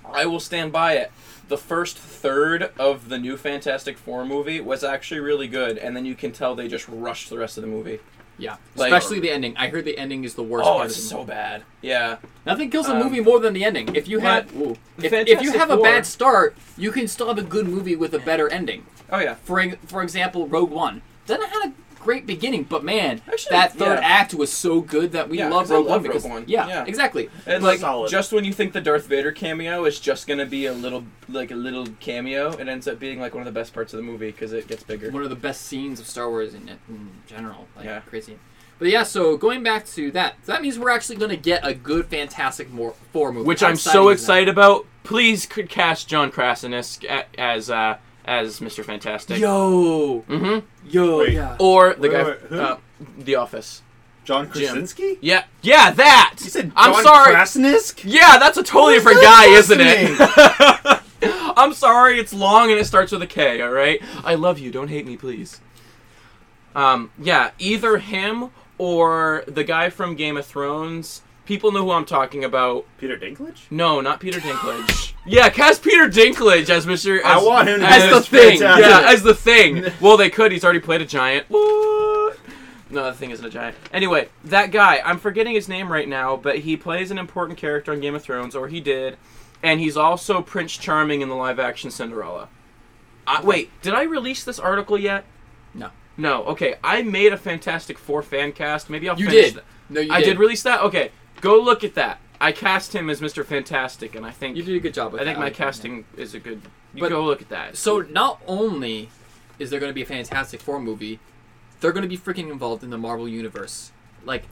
S3: I will stand by it. The first third of the new Fantastic Four movie was actually really good, and then you can tell they just rushed the rest of the movie.
S2: Yeah.
S3: Like-
S2: Especially the ending. I heard the ending is the worst
S3: Oh,
S2: part
S3: it's
S2: of the
S3: so
S2: movie.
S3: bad. Yeah.
S2: Nothing kills a
S3: Um,
S2: movie more than the ending. If you
S3: but
S2: have ooh,
S3: the
S2: if, if you
S3: Fantastic
S2: have a
S3: Four-
S2: bad start, you can still have a good movie with a better ending.
S3: Oh yeah.
S2: For ex- for example, Rogue One. Then I had a great beginning, but man,
S3: Actually,
S2: that third
S3: yeah.
S2: act was so good that we
S3: Yeah,
S2: love
S3: 'cause I
S2: Rogue One
S3: love Rogue
S2: because
S3: One.
S2: Yeah,
S3: Yeah.
S2: exactly.
S3: It's
S2: like
S3: like
S4: Solid.
S3: just when you think the Darth Vader cameo is just gonna be a little like a little cameo, it ends up being like one of the best parts of the movie because it gets bigger.
S2: one of the best scenes of Star Wars in, in general. Like
S3: Yeah.
S2: crazy. But yeah, so going back to that, so that means we're actually going to get a good Fantastic Mor- Four movie,
S3: Which I'm
S2: outside
S3: so
S2: of that.
S3: excited about. Please could cast John Krasinski a- as uh, as Mr. Fantastic.
S2: Yo,
S3: Mm-hmm.
S2: yo,
S4: Wait.
S2: yeah.
S3: Or the
S4: Wait,
S3: guy,
S4: wait, who?
S3: uh, The Office.
S4: John
S3: Jim.
S4: Krasinski.
S3: Yeah, yeah, that.
S4: You said
S3: I'm
S4: John
S3: sorry.
S4: Krasinski?
S3: yeah, that's a totally
S4: Who's
S3: different
S4: that
S3: guy,
S4: supposed
S3: isn't
S4: to
S3: it? I'm sorry, it's long and it starts with a K. All right, I love you. Don't hate me, please. Um, yeah, either him or the guy from Game of Thrones. People know who I'm talking about.
S4: Peter Dinklage.
S3: No, not Peter Dinklage. yeah, cast Peter Dinklage as Mr. As,
S4: I want him to
S3: as
S4: be
S3: the
S4: Mr.
S3: thing.
S4: Fantastic.
S3: Yeah, as the thing. Well, they could. He's already played a giant. What? No, the thing isn't a giant. Anyway, that guy. I'm forgetting his name right now, but he plays an important character on Game of Thrones, or he did, and he's also Prince Charming in the live-action Cinderella. I, wait, did I release this article yet?
S2: No.
S3: No. Okay, I made a Fantastic Four fan cast. Maybe I'll
S2: You
S3: finish
S2: did.
S3: th-
S2: No, you
S3: I did release that. Okay, go look at that. I cast him as Mr. Fantastic, and I think
S2: You did a good job. With
S3: I
S2: that.
S3: think my
S2: like that.
S3: casting is a good. You
S2: But-
S3: go look at that.
S2: So not only is there going to be a Fantastic Four movie, they're going to be freaking involved in the Marvel universe. Like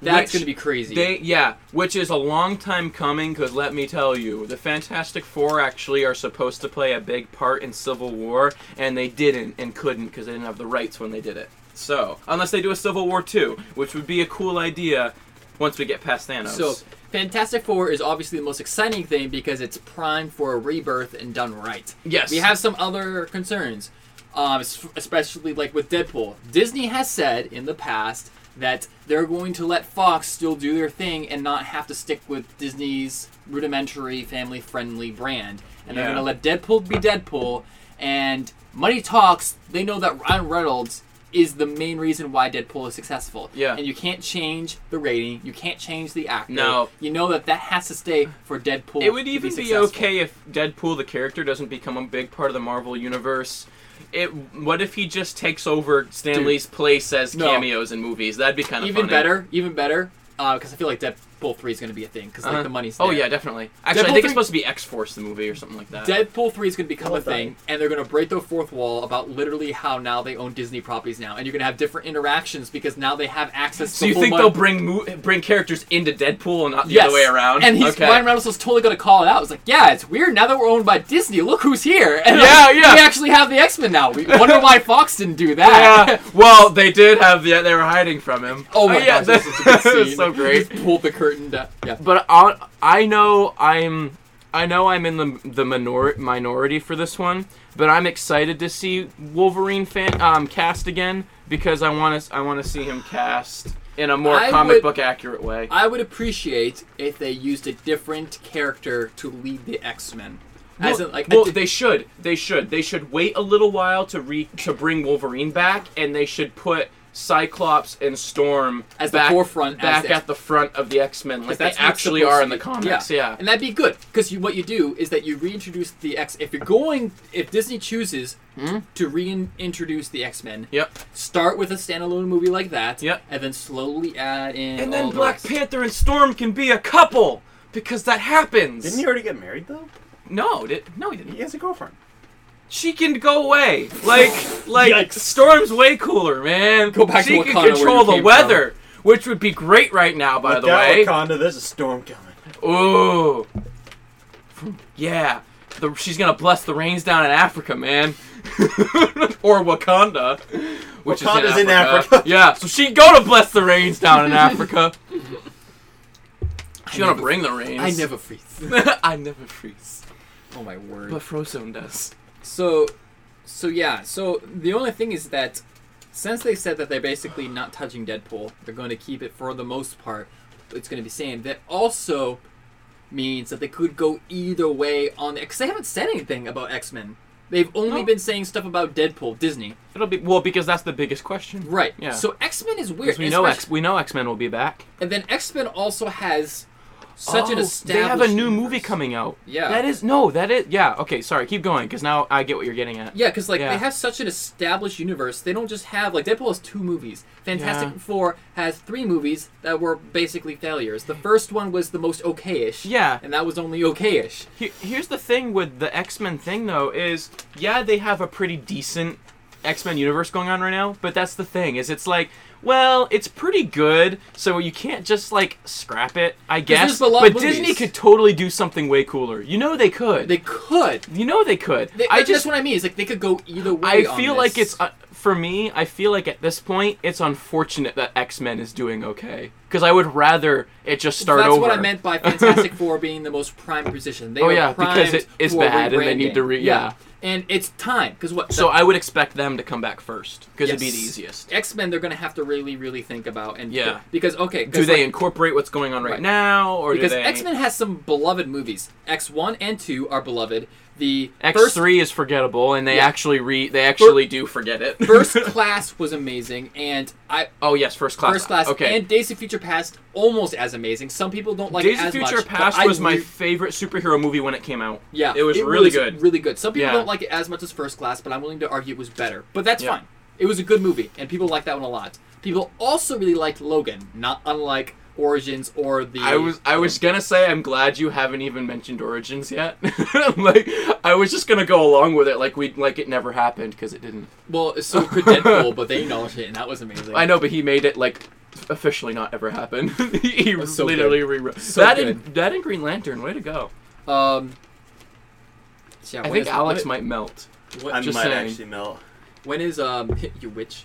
S2: that's
S3: Which
S2: going to be crazy.
S3: they yeah, which is a long time coming. Because let me tell you, the Fantastic Four actually are supposed to play a big part in Civil War, and they didn't and couldn't because they didn't have the rights when they did it. So unless they do a Civil War two, which would be a cool idea, once we get past Thanos.
S2: so Fantastic Four is obviously the most exciting thing because it's primed for a rebirth and done right.
S3: yes,
S2: We have some other concerns, um, es- especially like with Deadpool. Disney has said in the past that they're going to let Fox still do their thing and not have to stick with Disney's rudimentary family-friendly brand, and they're
S3: Yeah.
S2: going to let Deadpool be Deadpool. And money talks. They know that Ryan Reynolds is the main reason why Deadpool is successful.
S3: Yeah.
S2: And you can't change the rating. You can't change the actor.
S3: No.
S2: You know that that has to stay for Deadpool.
S3: It would
S2: to
S3: even
S2: be,
S3: be,
S2: successful.
S3: okay if Deadpool, the character, doesn't become a big part of the Marvel universe. It. What if he just takes over Stan
S2: Dude.
S3: Lee's place as
S2: No.
S3: cameos in movies? That'd be kind of
S2: Even
S3: funny.
S2: better. Even better. Because I feel like Deadpool three is going to be a thing because
S3: Uh-huh.
S2: like the money's. There.
S3: Oh yeah, definitely. Actually,
S2: Deadpool
S3: I think
S2: three-
S3: it's supposed to be X Force the movie or something like that.
S2: Deadpool 3 is going to become a
S4: Well done.
S2: thing, and they're going to break their fourth wall about literally how now they own Disney properties now, and you're going to have different interactions because now they have access. to
S3: so you
S2: full
S3: think
S2: money.
S3: they'll bring mo- bring characters into Deadpool and not the
S2: Yes.
S3: other way around?
S2: And he's,
S3: okay.
S2: Ryan Reynolds was totally going to call it out. It's like, yeah, it's weird now that we're owned by Disney. Look who's here. And
S3: Yeah,
S2: like,
S3: yeah.
S2: We actually have the X Men now. We wonder why Fox didn't do that.
S3: yeah. Well, they did have the. They were hiding from him.
S2: oh my
S3: yeah,
S2: gosh, that's such
S3: that-
S2: a good
S3: that was
S2: scene.
S3: so great.
S2: Just pulled the curtain down. Yeah.
S3: but I, I know I'm I know I'm in the the minor, minority for this one, but I'm excited to see Wolverine fan, um, cast again because I want to I want to see him cast in a more
S2: I
S3: comic
S2: would-
S3: book accurate way.
S2: I would appreciate if they used a different character to lead the X Men. As
S3: well,
S2: in, like, a
S3: well,
S2: di-
S3: they should. They should. They should wait a little while to re to bring Wolverine back, and they should put Cyclops and Storm
S2: As the
S3: back,
S2: forefront, as
S3: back
S2: the-
S3: at the front of the X Men,
S2: Because
S3: like they
S2: what it's
S3: actually
S2: supposed
S3: are
S2: to
S3: in the
S2: be.
S3: comics. yeah.
S2: and that'd be good because you, what you do is that you reintroduce the X. If you're going, if Disney chooses
S3: Hmm?
S2: to reintroduce the X Men,
S3: Yep.
S2: start with a standalone movie like that,
S3: Yep.
S2: and then slowly add in.
S3: And
S2: all
S3: then
S2: the
S3: Black
S2: rest.
S3: Panther and Storm can be a couple because that happens.
S4: Didn't he already get married though?
S3: No, did no, he didn't.
S4: He has a girlfriend.
S3: She can go away. Like, like
S2: Yikes.
S3: Storm's way cooler, man.
S2: Go back
S3: she
S2: to Wakanda
S3: can
S2: where
S3: control
S2: you
S3: the
S2: came
S3: weather, which would be great right now, by
S4: Look
S3: the
S4: out,
S3: way.
S4: Wakanda, there's a storm coming.
S3: Ooh, yeah. The, she's gonna bless the rains down in Africa, man, or Wakanda, which
S4: Wakanda's
S3: is in
S4: in
S3: Africa.
S4: Africa.
S3: yeah, so she go to bless the rains down in Africa. She's gonna
S2: never-
S3: bring the rains.
S2: I never freeze.
S3: I never freeze.
S2: oh my word.
S3: But Frozone does.
S2: So, so yeah. So the only thing is that since they said that they're basically not touching Deadpool, they're going to keep it for the most part. It's going to be same. That also means that they could go either way on because they haven't said anything about X Men. They've only
S3: No.
S2: been saying stuff about Deadpool, Disney.
S3: It'll be well because that's the biggest question.
S2: Right.
S3: Yeah.
S2: So X Men is weird.
S3: Because we know
S2: especially-
S3: X, we know X Men will be back. Oh,
S2: and then X Men also has such an established.
S3: They have a new
S2: universe.
S3: movie coming out.
S2: Yeah.
S3: That is no. That is yeah. Okay, sorry. Keep going because now I get what you're getting at.
S2: Yeah, because like
S3: Yeah.
S2: they have such an established universe. They don't just have like Deadpool has two movies. Fantastic
S3: Yeah.
S2: Four has three movies that were basically failures. The first one was the most okayish.
S3: Yeah.
S2: and that was only okayish.
S3: Here- here's the thing with the X Men thing though is yeah they have a pretty decent X Men universe going on right now, but that's the thing is it's like well it's pretty good so you can't just like scrap it I guess.
S2: there's a lot
S3: But
S2: of
S3: Disney
S2: movies.
S3: could totally do something way cooler. You know they could.
S2: They could.
S3: you know they could.
S2: They,
S3: I
S2: that's
S3: just
S2: what I mean. Is like they could go either
S3: I
S2: way. on
S3: feel like
S2: this.
S3: it's uh, for me. I feel like at this point, it's unfortunate that X Men is doing okay because I would rather it just start
S2: That's
S3: over.
S2: what I meant by Fantastic Four being the most prime position. They
S3: Oh,
S2: are
S3: yeah, because
S2: primed
S3: it is
S2: for
S3: bad and they need to re-
S2: rebranding.
S3: yeah.
S2: and it's time because what
S3: So I would expect them to come back first because it'd be the
S2: Yes.
S3: easiest.
S2: X Men they're gonna have to really really think about and
S3: Yeah.
S2: because okay 'cause,
S3: Do they
S2: like,
S3: incorporate what's going on right,
S2: Right.
S3: now, or
S2: Because
S3: do they?
S2: X Men has some beloved movies. X one and two are beloved. The
S3: X
S2: first,
S3: three is forgettable, and they
S2: Yeah.
S3: actually re they actually do forget it.
S2: first class was amazing, and I
S3: oh yes, first class.
S2: first class
S3: Okay.
S2: and Days of Future Past almost as amazing. Some people don't like
S3: Days
S2: it
S3: of
S2: as
S3: Future
S2: much, but
S3: Past
S2: I
S3: was my
S2: re-
S3: favorite superhero movie when it came out.
S2: yeah.
S3: it was really good.
S2: Really good. Some people
S3: Yeah.
S2: don't like it as much as First Class, but I'm willing to argue it was better. But that's
S3: Yeah.
S2: fine. It was a good movie, and people like that one a lot. People also really liked Logan, not unlike Origins or the.
S3: I was I was gonna say I'm glad you haven't even mentioned Origins yet. like I was just gonna go along with it like we like it never happened because it didn't.
S2: well, so could Deadpool, but they acknowledged it, and that was amazing.
S3: I know, but he made it like officially not ever happen. he he
S2: That's so
S3: literally rewrote
S2: So
S3: that in that in Green Lantern. Way to go!
S2: Um. Yeah,
S3: I
S2: when
S3: think
S2: is-
S3: Alex
S2: when-
S3: might melt.
S2: What,
S4: I
S3: Just
S4: might
S3: saying.
S4: actually melt.
S2: when is um you witch?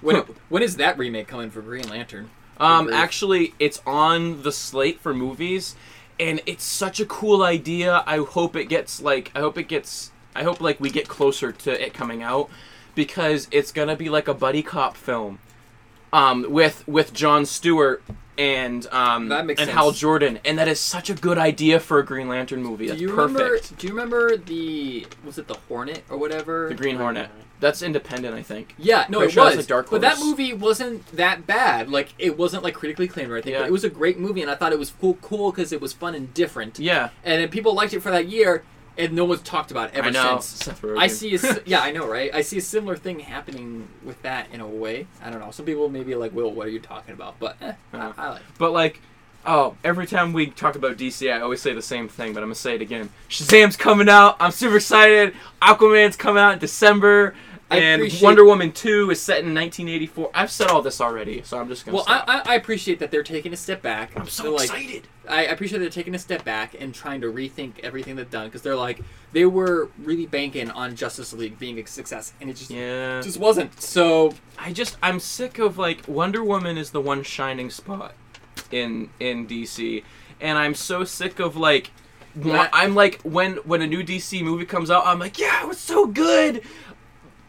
S2: When when is that remake coming for Green Lantern?
S3: Um,
S2: Agreed.
S3: actually, it's on the slate for movies, and it's such a cool idea. I hope it gets like I hope it gets I hope like we get closer to it coming out because it's gonna be like a buddy cop film. um, with with John Stewart and um,
S2: That makes
S3: and
S2: sense.
S3: Hal Jordan, and that is such a good idea for a Green Lantern movie.
S2: Do
S3: That's
S2: you
S3: perfect.
S2: remember? Do you remember the was it the Hornet or whatever?
S3: The Green Hornet. That's independent, I think.
S2: Yeah, no,
S3: Pretty
S2: it
S3: sure that's
S2: was.
S3: a Dark
S2: but that
S3: Horse.
S2: movie wasn't that bad. Like it wasn't like critically acclaimed or anything.
S3: Yeah.
S2: But it was a great movie, and I thought it was cool, cool because it was fun and different.
S3: Yeah,
S2: And then people liked it for that year, and no one's talked about it ever
S3: I know.
S2: since.
S3: Seth Rogen.
S2: I see. A, si- yeah, I know, right? I see a similar thing happening with that in a way. I don't know. Some people may be like, "Will, what are you talking about?" But eh,
S3: Uh-huh.
S2: I, I like. it.
S3: But like, oh, every time we talk about DC, I always say the same thing, but I'm gonna say it again. Shazam's coming out. I'm super excited. Aquaman's coming out in December.
S2: I
S3: And
S2: appreciate-
S3: Wonder Woman 2 is set in 1984. I've said all this already, so I'm just gonna.
S2: Well,
S3: stop.
S2: I, I I appreciate that they're taking a step back.
S3: I'm so
S2: They're, like,
S3: excited.
S2: I I appreciate they're taking a step back and trying to rethink everything they've done because they're like they were really banking on Justice League being a success and it just
S3: Yeah.
S2: just wasn't. So
S3: I just I'm sick of like Wonder Woman is the one shining spot in in DC, and I'm so sick of like. wa-
S2: That-
S3: I'm like when when a new DC movie comes out, I'm like, yeah, it was so good,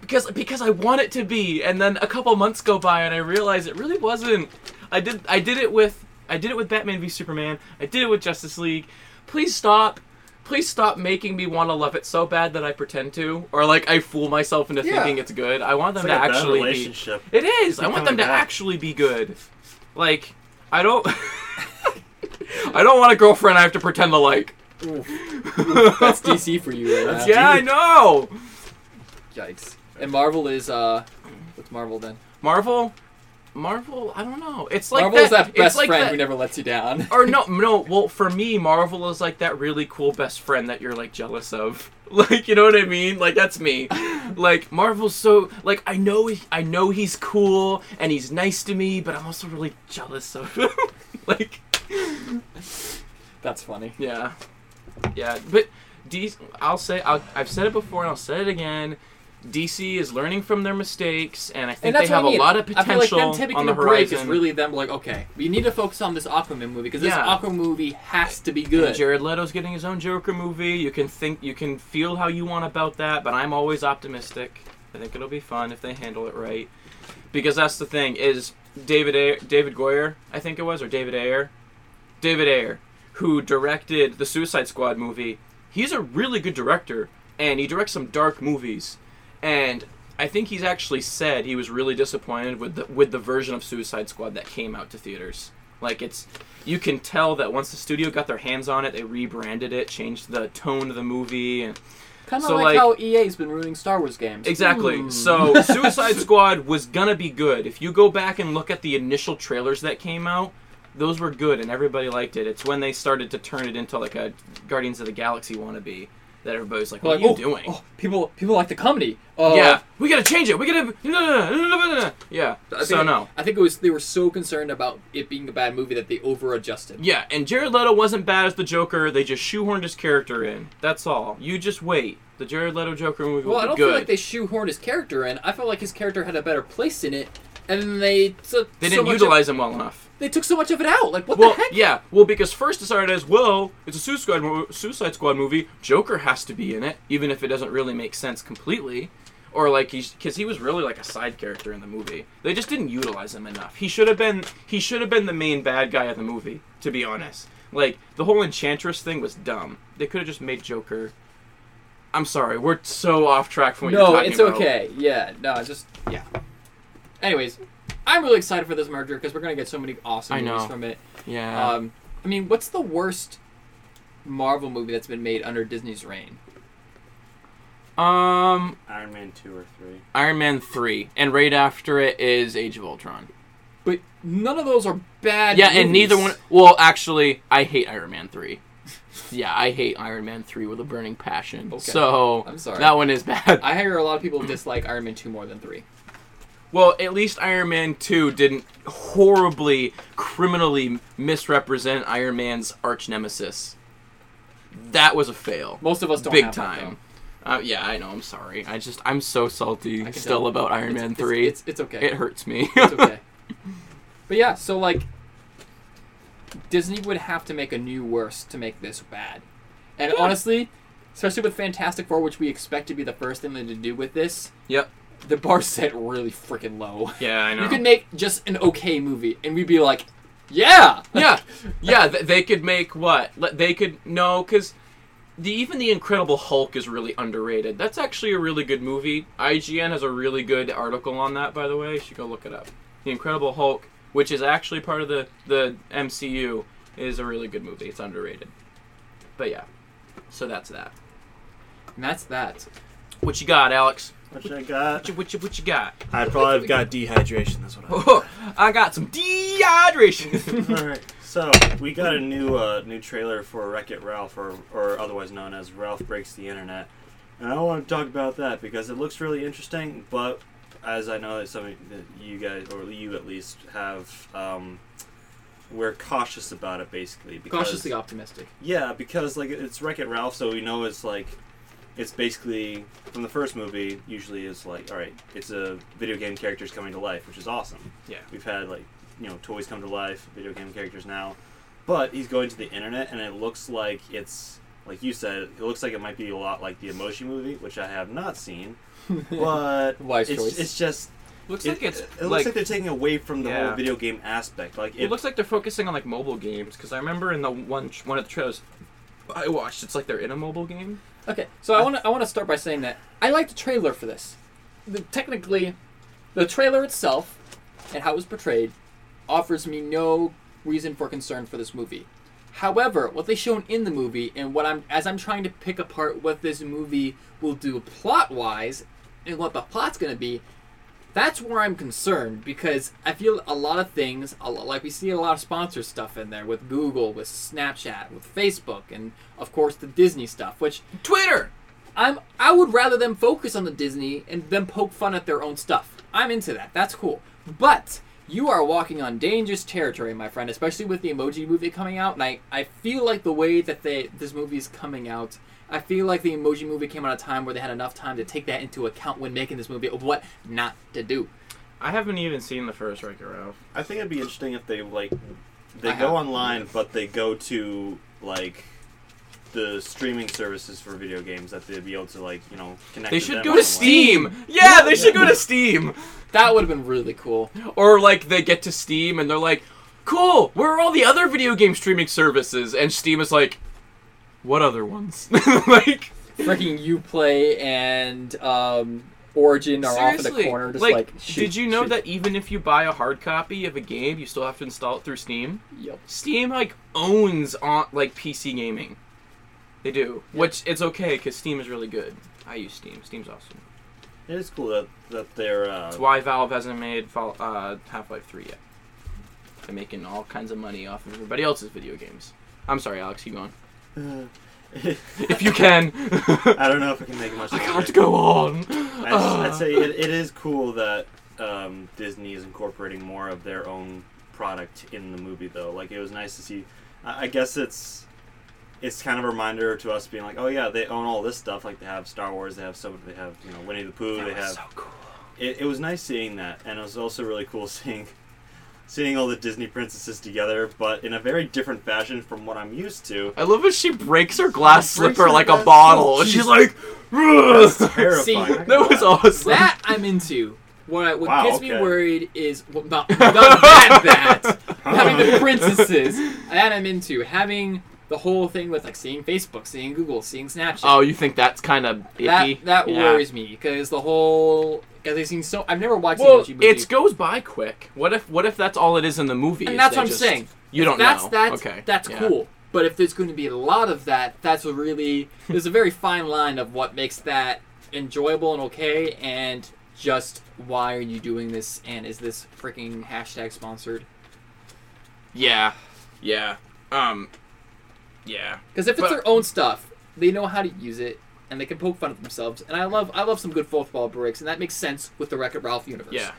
S3: because because I want it to be. And then a couple months go by, and I realize it really wasn't. I did I did it with I did it with Batman v Superman. I did it with Justice League. Please stop, please stop making me want to love it so bad that I pretend to, or like I fool myself into
S2: Yeah.
S3: thinking it's good. I want them
S4: It's like
S3: to
S4: a bad
S3: actually be.
S4: relationship.
S3: It is. I want them to
S4: coming back.
S3: actually be good. Like, I don't. I don't want a girlfriend I have to pretend to like.
S2: oof. that's DC for you. Right now.
S3: yeah, I know.
S2: Yikes. And Marvel is uh, what's Marvel then?
S3: Marvel, Marvel. I don't know. It's like
S2: Marvel is
S3: that.
S2: that best
S3: it's like
S2: friend
S3: that,
S2: who never lets you down.
S3: Or no, no. Well, for me, Marvel is like that really cool best friend that you're like jealous of. Like, you know what I mean? Like that's me. Like Marvel's so like I know he, I know he's cool and he's nice to me, but I'm also really jealous of him. like.
S2: That's funny.
S3: Yeah, yeah, but DC. I'll say I'll, I've said it before and I'll say it again. DC is learning from their mistakes, and I think
S2: And that's
S3: they have
S2: what I mean.
S3: a lot of
S2: I feel
S3: potential
S2: like them taking
S3: on the
S2: a break
S3: horizon.
S2: is really them like, okay, we need to focus on this Aquaman movie because this
S3: Yeah.
S2: Aquaman movie has to be
S3: And
S2: good.
S3: Jared Leto's getting his own Joker movie. You can think, you can feel how you want about that, but I'm always optimistic. I think it'll be fun if they handle it right, because that's the thing is David Ayer, David Goyer, I think it was, or David Ayer, David Ayer, who directed the Suicide Squad movie. He's a really good director, and he directs some dark movies. And I think he's actually said he was really disappointed with the, with the version of Suicide Squad that came out to theaters. Like it's, you can tell that once the studio got their hands on it, they rebranded it, changed the tone of the movie, and
S2: Kind of
S3: So,
S2: like,
S3: like-
S2: how EA's been ruining Star Wars games.
S3: Exactly.
S2: Hmm.
S3: So Suicide Squad was gonna be good. If you go back and look at the initial trailers that came out, those were good and everybody liked it. It's when they started to turn it into like a Guardians of the Galaxy wannabe that everybody's like,
S2: Like,
S3: "What are you
S2: oh,
S3: doing?"
S2: oh, people, people like the comedy. Oh,
S3: yeah, we gotta change it. We gotta. Yeah.
S2: I think,
S3: So no.
S2: I think it was they were so concerned about it being a bad movie that they over adjusted.
S3: Yeah, and Jared Leto wasn't bad as the Joker. They just shoehorned his character in. That's all. You just wait. The Jared Leto Joker movie will
S2: Well, I
S3: be
S2: don't
S3: good.
S2: feel like they shoehorned his character in. I felt like his character had a better place in it, and then they took
S3: they
S2: so
S3: didn't
S2: much Of,
S3: utilize him well enough.
S2: they took so much of it out. Like what
S3: Well,
S2: the heck?
S3: yeah. Well, because first it started as well. It's a Suicide mo- Suicide Squad movie. Joker has to be in it, even if it doesn't really make sense completely, or like he's because he was really like a side character in the movie. They just didn't utilize him enough. He should have been he should have been the main bad guy of the movie. To be honest, like the whole Enchantress thing was dumb. They could have just made Joker. I'm sorry, we're so off track from what you're
S2: no,
S3: talking
S2: it's
S3: about.
S2: okay. Yeah, no, it's just yeah. Anyways, I'm really excited for this merger because we're gonna get so many awesome
S3: I
S2: movies
S3: know.
S2: from it.
S3: Yeah.
S2: Um, I mean, what's the worst Marvel movie that's been made under Disney's reign?
S3: um,
S4: Iron Man two or three.
S3: Iron Man three, and right after it is Age of Ultron.
S2: But none of those are bad.
S3: Yeah, and
S2: movies.
S3: neither one. Well, actually, I hate Iron Man three. Yeah, I hate Iron Man three with a burning passion.
S2: Okay.
S3: So
S2: I'm sorry.
S3: that one is bad.
S2: I hear a lot of people dislike Iron Man two more than three.
S3: well, at least Iron Man two didn't horribly, criminally misrepresent Iron Man's arch nemesis. That was a fail,
S2: Most of us don't.
S3: big
S2: have that,
S3: time. Uh, yeah, I know. I'm sorry. I just I'm so salty
S2: can
S3: still
S2: tell.
S3: about
S2: though.
S3: Iron
S2: It's-
S3: Man
S2: it's-
S3: three.
S2: It's, it's, okay.
S3: it hurts me.
S2: It's okay. but yeah, so like, Disney would have to make a new worst to make this bad, and honestly, especially with Fantastic Four, which we expect to be the first thing they to do with this,
S3: yep.
S2: the bar set really freaking low.
S3: Yeah, I know.
S2: You could make just an okay movie, and we'd be like, yeah,
S3: yeah, yeah. th- They could make what? Let- They could no, because the even the Incredible Hulk is really underrated. That's actually a really good movie. IGN has a really good article on that, by the way. You should go look it up. The Incredible Hulk, which is actually part of the the MCU, is a really good movie. It's underrated. But yeah, so that's that.
S2: and that's that.
S3: What you got, Alex?
S1: What you got?
S3: What you, what you, what you got?
S1: I probably have got dehydration. That's what I.
S3: Oh, I got some dehydration.
S1: All right.
S4: So we got a new uh, new trailer for Wreck It Ralph, or, or otherwise known as Ralph Breaks the Internet, and I want to talk about that because it looks really interesting. But as I know that some of that you guys, or you at least, have, um, we're cautious about it basically. Because,
S2: Cautiously optimistic.
S4: Yeah, because like it's Wreck It Ralph, so we know it's like it's basically from the first movie. Usually, is like all right, it's a video game characters coming to life, which is awesome.
S3: Yeah.
S4: we've had like you know toys come to life, video game characters now, but he's going to the internet, and it looks like it's like you said, it looks like it might be a lot like the Emoji movie, which I have not seen, but
S2: Wise
S4: it's,
S2: choice.
S4: it's just
S3: looks
S4: it,
S3: like it's
S4: it looks
S3: like,
S4: like, they're taking away from the
S3: Yeah.
S4: whole video game aspect. Like
S3: It looks like they're focusing on like mobile games because I remember in the one one of the trailers I watched, it's like they're in a mobile game.
S2: Okay, so I want to I want to start by saying that I like the trailer for this. The, technically, the trailer itself and how it was portrayed offers me no reason for concern for this movie. However, what they shown in the movie and what I'm as I'm trying to pick apart what this movie will do plot wise and what the plot's going to be, that's where I'm concerned because I feel a lot of things, a lot, like we see a lot of sponsor stuff in there with Google, with Snapchat, with Facebook, and of course the Disney stuff, which
S3: Twitter.
S2: I'm I would rather them focus on the Disney and them poke fun at their own stuff. I'm into that. That's cool. But you are walking on dangerous territory, my friend, especially with the emoji movie coming out. And I, I feel like the way that they this movie is coming out, I feel like the emoji movie came out at a time where they had enough time to take that into account when making this movie of what not to do.
S3: I haven't even seen the first Wreck-It Ralph.
S4: I think it'd be interesting if they like they
S2: I
S4: go
S2: have-
S4: online, but they go to like the streaming services for video games that they'd be able to like you know connect.
S3: They
S4: to
S3: should
S4: them
S3: go
S4: online.
S3: to Steam. Yeah, they should go to Steam.
S2: That would have been really cool.
S3: Or like they get to Steam and they're like, "Cool, where are all the other video game streaming services?" And Steam is like, "What other ones?" like
S2: Freaking you play and um, Origin are off in
S3: seriously,
S2: the corner, just
S3: like,
S2: like, shoot,
S3: did you know
S2: shoot.
S3: that even if you buy a hard copy of a game, you still have to install it through Steam?
S2: Yep.
S3: Steam like owns on like PC gaming. They do, which it's okay because Steam is really good. I use Steam. Steam's awesome.
S4: It is cool that that they're uh,
S3: That's why Valve hasn't made Fall, uh, Half-Life 3 yet. They're making all kinds of money off of everybody else's video games. I'm sorry, Alex. Keep going. If you can. I
S4: I don't know if I can make much.
S3: got to go on.
S4: I'd, I'd say it, it is cool that um, Disney is incorporating more of their own product in the movie, though. Like it was nice to see. I, I guess it's it's kind of a reminder to us being like, oh yeah, they own all this stuff. Like they have Star Wars, they have so they have you know Winnie the Pooh,
S3: That
S4: they
S3: was
S4: have.
S3: so cool.
S4: it, it was nice seeing that, and it was also really cool seeing seeing all the Disney princesses together, but in a very different fashion from what I'm used to.
S3: I love when she breaks her glass
S4: Breaks
S3: slipper
S4: her
S3: like a
S4: glass-
S3: bottle.
S4: oh,
S3: and she's
S4: jeez.
S3: like,
S4: That's
S3: that
S4: terrifying.
S2: See,
S4: I can do
S3: was awesome.
S2: That I'm into. What, I, what
S4: Wow,
S2: gets me
S4: okay.
S2: worried is well, not, not that that having the princesses that I'm into having the whole thing with like seeing Facebook, seeing Google, seeing Snapchat.
S3: Oh, you think that's kind of icky?
S2: that that
S3: Yeah.
S2: worries me because the whole because I've seen so I've never watched
S3: Well,
S2: the emoji movie.
S3: it goes by quick. What if what if that's all it is in the movie?
S2: and
S3: is
S2: that's
S3: they
S2: what I'm
S3: just-
S2: saying.
S3: You don't
S2: that's
S3: know.
S2: that's
S3: okay.
S2: that's
S3: yeah.
S2: cool. But if there's going to be a lot of that, that's a really there's a very fine line of what makes that enjoyable and okay, and just why are you doing this, and is this freaking hashtag sponsored?
S3: Yeah, yeah, um, yeah.
S2: Because if it's
S3: But-
S2: their own stuff, they know how to use it, and they can poke fun at themselves. And I love I love some good fourth wall breaks, and that makes sense with the Wreck-It Ralph universe.
S3: Yeah.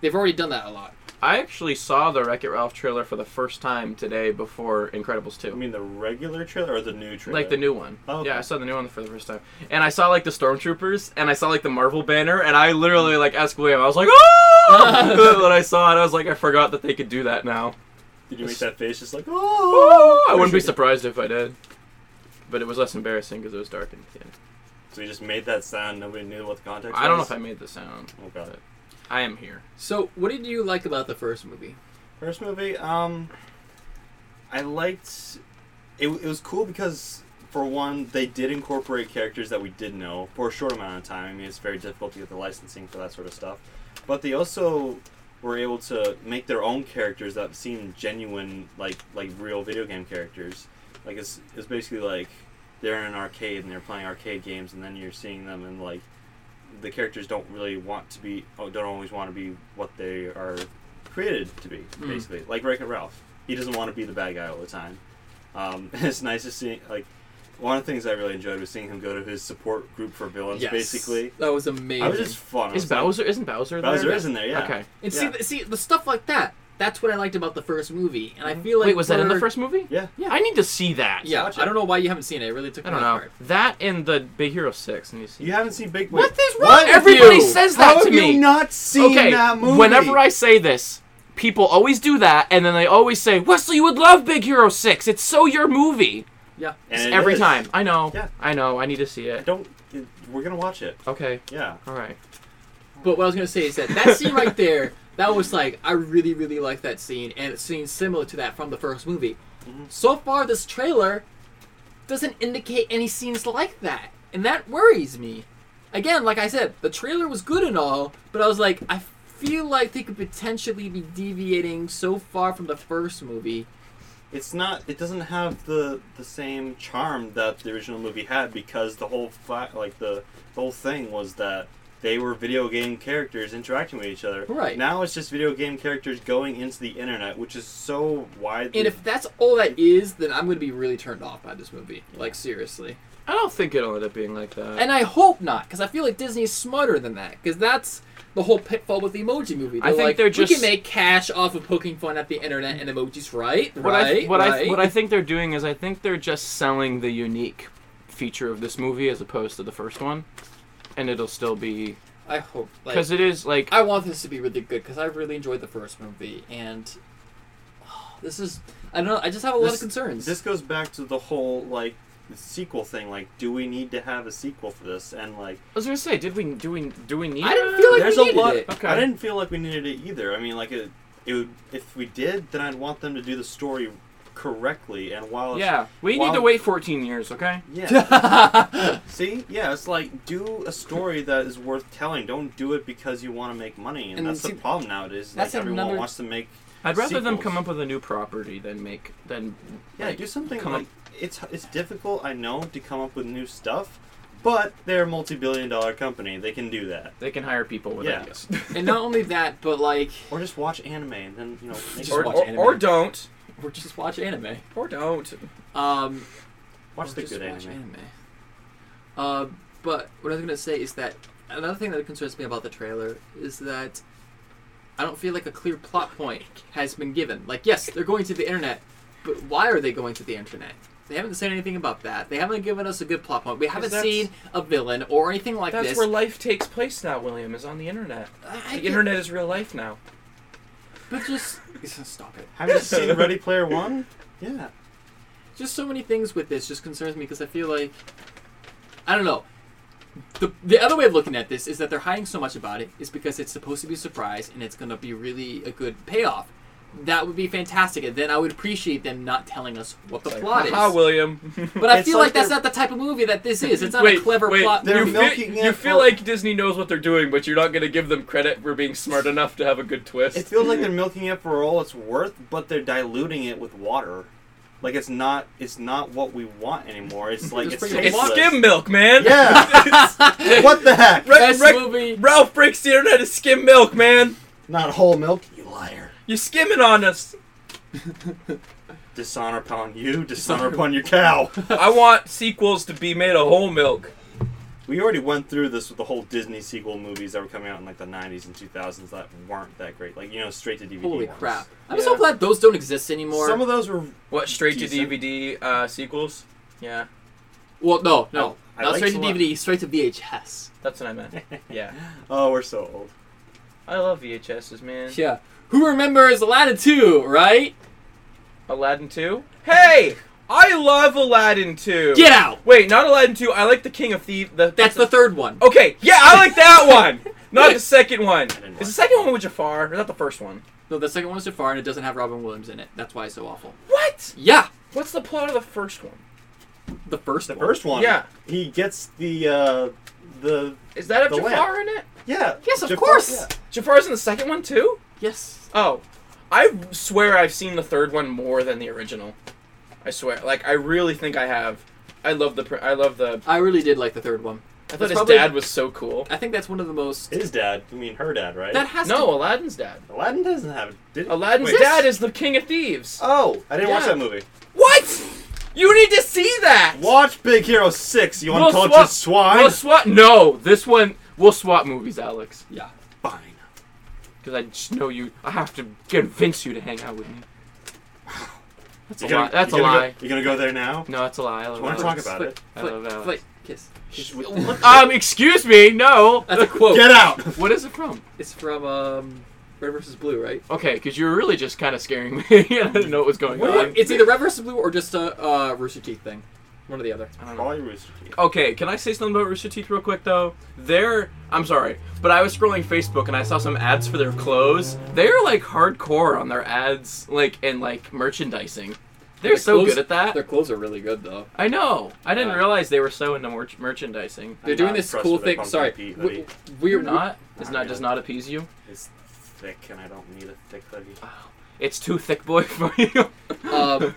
S2: they've already done that a lot.
S3: I actually saw the Wreck It Ralph trailer for the first time today before Incredibles
S4: I
S3: 2.
S4: mean, the regular trailer or the new trailer?
S3: Like the new one.
S4: Oh, okay.
S3: Yeah, I saw the new one for the first time. And I saw like the Stormtroopers and I saw like the Marvel banner and I literally like asked William, I was like, oh! when I saw it, I was like, I forgot that they could do that now.
S4: Did you make that face just like, oh?
S3: I wouldn't be surprised if I did. But it was less embarrassing because it was dark in the end.
S4: So you just made that sound. Nobody knew what the context.
S3: I don't know
S4: was?
S3: if I made the sound.
S4: Oh god.
S3: I am here.
S2: So, what did you like about the first movie?
S4: First movie, um, I liked. It, it was cool because, for one, they did incorporate characters that we did know for a short amount of time. I mean, it's very difficult to get the licensing for that sort of stuff, but they also were able to make their own characters that seemed genuine, like like real video game characters. Like it's it's basically like they're in an arcade and they're playing arcade games, and then you're seeing them and like the characters don't really want to be oh, don't always want to be what they are created to be
S2: Mm.
S4: basically like Wreck-It Ralph he doesn't want to be the bad guy all the time um, it's nice to see like one of the things I really enjoyed was seeing him go to his support group for villains basically
S2: that was amazing.
S4: I was just fun I
S3: Is
S4: was like,
S3: Bowser? Isn't Bowser there?
S4: Bowser is in there yeah
S3: Okay.
S2: and
S4: yeah.
S2: see, see the stuff like that. That's what I liked about the first movie, and I feel like
S3: Mm-hmm. Wait, was that in the
S2: for-
S3: first movie?
S4: yeah
S3: Yeah. I need to see that.
S2: Yeah,
S4: Watch it.
S2: I don't know why you haven't seen it. It really took
S3: I
S2: me
S3: don't
S2: off
S3: know.
S2: guard.
S3: That and the Big Hero Six. And you see.
S4: you haven't seen Big
S2: What
S4: Wait,
S2: is wrong with
S3: Everybody
S2: you?
S3: says that
S4: how
S3: to
S4: have
S3: me.
S4: you not seen
S3: okay.
S4: that movie
S3: Whenever I say this, people always do that, and then they always say, "Wesley, you would love Big Hero 6. It's so your movie."
S2: Yeah.
S4: And it
S3: Every
S4: is.
S3: time. I know.
S4: Yeah.
S3: I know. I need to see
S4: I
S3: it.
S4: don't it- we're gonna watch it
S3: Okay.
S4: yeah
S3: All right.
S2: But what I was gonna say is that that scene right there, that was like I really, really like that scene, and it seems similar to that from the first movie. So far, this trailer doesn't indicate any scenes like that, and that worries me. Again, like I said, the trailer was good and all, but I was like, I feel like they could potentially be deviating so far from the first movie.
S4: it's not it doesn't have the the same charm that the original movie had because the whole fi- like the, the whole thing was that they were video game characters interacting with each other
S2: Right.
S4: now it's just video game characters going into the internet which is so widely
S2: And if that's all that is, then I'm gonna be really turned off by this movie. Like seriously.
S3: I don't think it'll end up being like that.
S2: And I hope not, because I feel like Disney's smarter than that. Because that's the whole pitfall with the emoji movie.
S3: I think
S2: like,
S3: they're
S2: we
S3: just-
S2: can make cash off of poking fun at the internet and emojis, right?
S3: what
S2: right?
S3: I what
S2: right.
S3: I what I think they're doing is I think they're just selling the unique feature of this movie as opposed to the first one, and it'll still be
S2: I hope like
S3: because it is like
S2: I want this to be really good because I really enjoyed the first movie and oh, this is I don't know I just have a lot of
S4: This-
S2: concerns.
S4: this goes back to the whole like the sequel thing like do we need to have a sequel for this and like
S3: I was gonna say did we do we do we need
S2: I didn't
S3: a-
S2: feel like
S4: there's
S2: we
S4: a
S2: needed
S4: lot
S2: it.
S3: Okay.
S4: i didn't feel like we needed it either i mean like it, it would, if we did then i'd want them to do the story correctly and while it's
S3: yeah we
S4: while-
S3: need to wait 14 years okay
S4: yeah See, yeah, it's like do a story that is worth telling. Don't do it because you want to make money, and,
S2: And
S4: that's
S2: see,
S4: the problem nowadays. That's
S2: that's
S4: like, everyone
S2: another-
S4: wants to make.
S3: I'd rather them
S4: sequels.
S3: come up with a new property than make than
S4: Yeah,
S3: like,
S4: do something.
S3: come
S4: like,
S3: up-
S4: It's it's difficult, I know, to come up with new stuff, but they're a multi-billion-dollar company. They can do that.
S3: they can hire people with
S4: Yeah.
S3: ideas
S2: and not only that, but like
S4: Or just watch anime and then you know. Make
S2: Just
S4: or,
S3: or,
S2: watch
S3: or,
S2: anime.
S3: or don't
S2: we're just watch anime.
S3: or don't
S2: Um,
S4: watch
S2: Or
S4: the
S2: just
S4: good
S2: watch
S4: anime.
S2: Uh, but what I was gonna say is that another thing that concerns me about the trailer is that I don't feel like a clear plot point has been given. Like, yes, they're going to the internet, but why are they going to the internet? They haven't said anything about that. They haven't given us a good plot point. We haven't
S3: that's-
S2: seen a villain or anything like
S3: that's
S2: this.
S3: where life takes place now William is on the internet
S2: I, I
S3: the
S2: get-
S3: internet is real life now
S2: but just stop it.
S4: Have you seen Ready Player One? Yeah.
S2: just so many things with this just concerns me because I feel like I don't know. The, the other way of looking at this is that they're hiding so much about it is because it's supposed to be a surprise and it's going to be really a good payoff. That would be fantastic, and then I would appreciate them not telling us what the plot
S3: Haha,
S2: is.
S3: William
S2: But I
S4: It's
S2: feel
S4: like
S2: like, that's
S4: they're-
S2: not the type of movie that this is. It's not
S3: Wait,
S2: a clever
S3: wait,
S2: plot.
S4: they're
S3: You
S2: movie.
S3: feel,
S4: milking
S3: you
S4: it
S3: feel
S4: for-
S3: like Disney knows what they're doing, but you're not going to give them credit for being smart enough to have a good twist.
S4: It feels like they're milking it for all it's worth, but they're diluting it with water. Like it's not it's not what we want anymore. It's like
S2: Just
S4: it's,
S2: bring it
S3: it's
S4: tasteless.
S2: water.
S3: skim milk, man.
S4: Yeah. what the heck?
S3: Ra-
S2: Best
S3: Ra-
S2: movie.
S3: Ralph breaks the internet is skim milk, man.
S4: Not whole milk, you liar.
S3: You're skimming on us.
S4: Dishonor upon you, dishonor upon your cow.
S3: I want sequels to be made of whole milk.
S4: we already went through this with the whole Disney sequel movies that were coming out in like the 90s and 2000s that weren't that great. Like, you know, straight to DVD.
S2: Holy
S4: ones.
S2: crap! I'm
S3: Yeah.
S2: so glad those don't exist anymore.
S4: Some of those were
S3: What straight to
S4: Decent.
S3: DVD uh, sequels? Yeah,
S2: well, no, no,
S4: Oh, I- I
S2: not
S4: liked
S2: straight to
S4: a lot.
S2: DVD, straight to VHS.
S3: that's what I meant. Yeah,
S4: Oh, we're so old.
S3: I love VHSs, man.
S2: Yeah. Who remembers Aladdin 2, right?
S3: Aladdin two. Hey, I love Aladdin too.
S2: Get out!
S3: Wait, not Aladdin two. I like the King of Thieves. The
S2: That's the third one.
S3: Okay, yeah, I like that one. Not the second one. Is the second one with Jafar? Or not the first one?
S2: No, the second one's Jafar, and it doesn't have Robin Williams in it. That's why it's so awful.
S3: What?
S2: Yeah,
S3: What's the plot of the first one?
S2: the first
S5: The
S2: one.
S5: first one.
S3: Yeah.
S5: He gets the uh the
S3: Is that of
S5: The
S3: Jafar in it?
S5: yeah.
S2: Yes, of
S5: Jafar-
S2: course.
S5: yeah.
S3: Jafar's in the second one too?
S2: Yes.
S3: Oh, I swear I've seen the third one more than the original. I swear, like I really think I have. I love the. pr- I love the.
S2: I really did like the third one.
S3: I
S2: That's
S3: thought his
S2: probably-
S3: dad was so cool.
S2: I think that's one of the most.
S5: His dad. You mean her dad, right?
S2: That has
S3: No,
S2: to.
S3: Aladdin's dad.
S5: Aladdin doesn't have it. Did he?
S3: Aladdin's
S5: Wait.
S3: dad is the king of thieves.
S5: Oh, I didn't watch
S3: Yeah.
S5: that movie.
S3: Uh, what? You need to see that.
S5: Watch Big Hero Six. You
S3: We'll
S5: uncultured
S3: swap-
S5: swine.
S3: We'll swap. No, this one. We'll swap movies, Alex.
S2: Yeah.
S5: Fine.
S3: Because I just know you. I have to convince you to hang out with me. That's a
S5: You
S3: lie.
S5: gonna-
S3: That's a
S5: you gonna
S3: lie.
S5: Go, you gonna go there now?
S3: No, that's a lie. I love
S5: You wanna
S3: Alex.
S5: talk about it?
S3: I
S2: Flick,
S3: love Alex.
S2: flick, kiss.
S5: Sh-
S3: Um, excuse me. No.
S2: That's a quote.
S5: Get out.
S3: What is it from?
S2: It's from um, Red versus Blue, right?
S3: Okay, because you were really just kind of scaring me. I didn't know what was going
S2: Or
S3: on.
S2: Um, It's either Red versus Blue or just a uh, Rooster Teeth thing. One or the other.
S3: I don't know.
S5: Probably Rooster Teeth.
S3: Okay, can I say something about Rooster Teeth real quick though? They're I'm sorry, but I was scrolling Facebook and I saw some ads for their clothes. They're like hardcore on their ads, like and like merchandising. They're
S2: Their
S3: so
S2: clothes-
S3: good at that.
S2: Their clothes are really good though.
S3: I know. I didn't
S2: Yeah.
S3: realize they were so into mer- merchandising.
S2: They're
S5: I'm
S2: doing
S5: not
S2: this
S5: impressed
S2: cool
S5: with their
S2: thing. Sorry,
S5: pumpkin pea
S2: we-
S5: hoodie.
S2: we're
S3: You're not. Does
S5: I
S3: not
S5: mean,
S3: does not appease you.
S5: It's thick, and I don't need a thick hoodie.
S3: It's too thick, boy, for you.
S2: Um,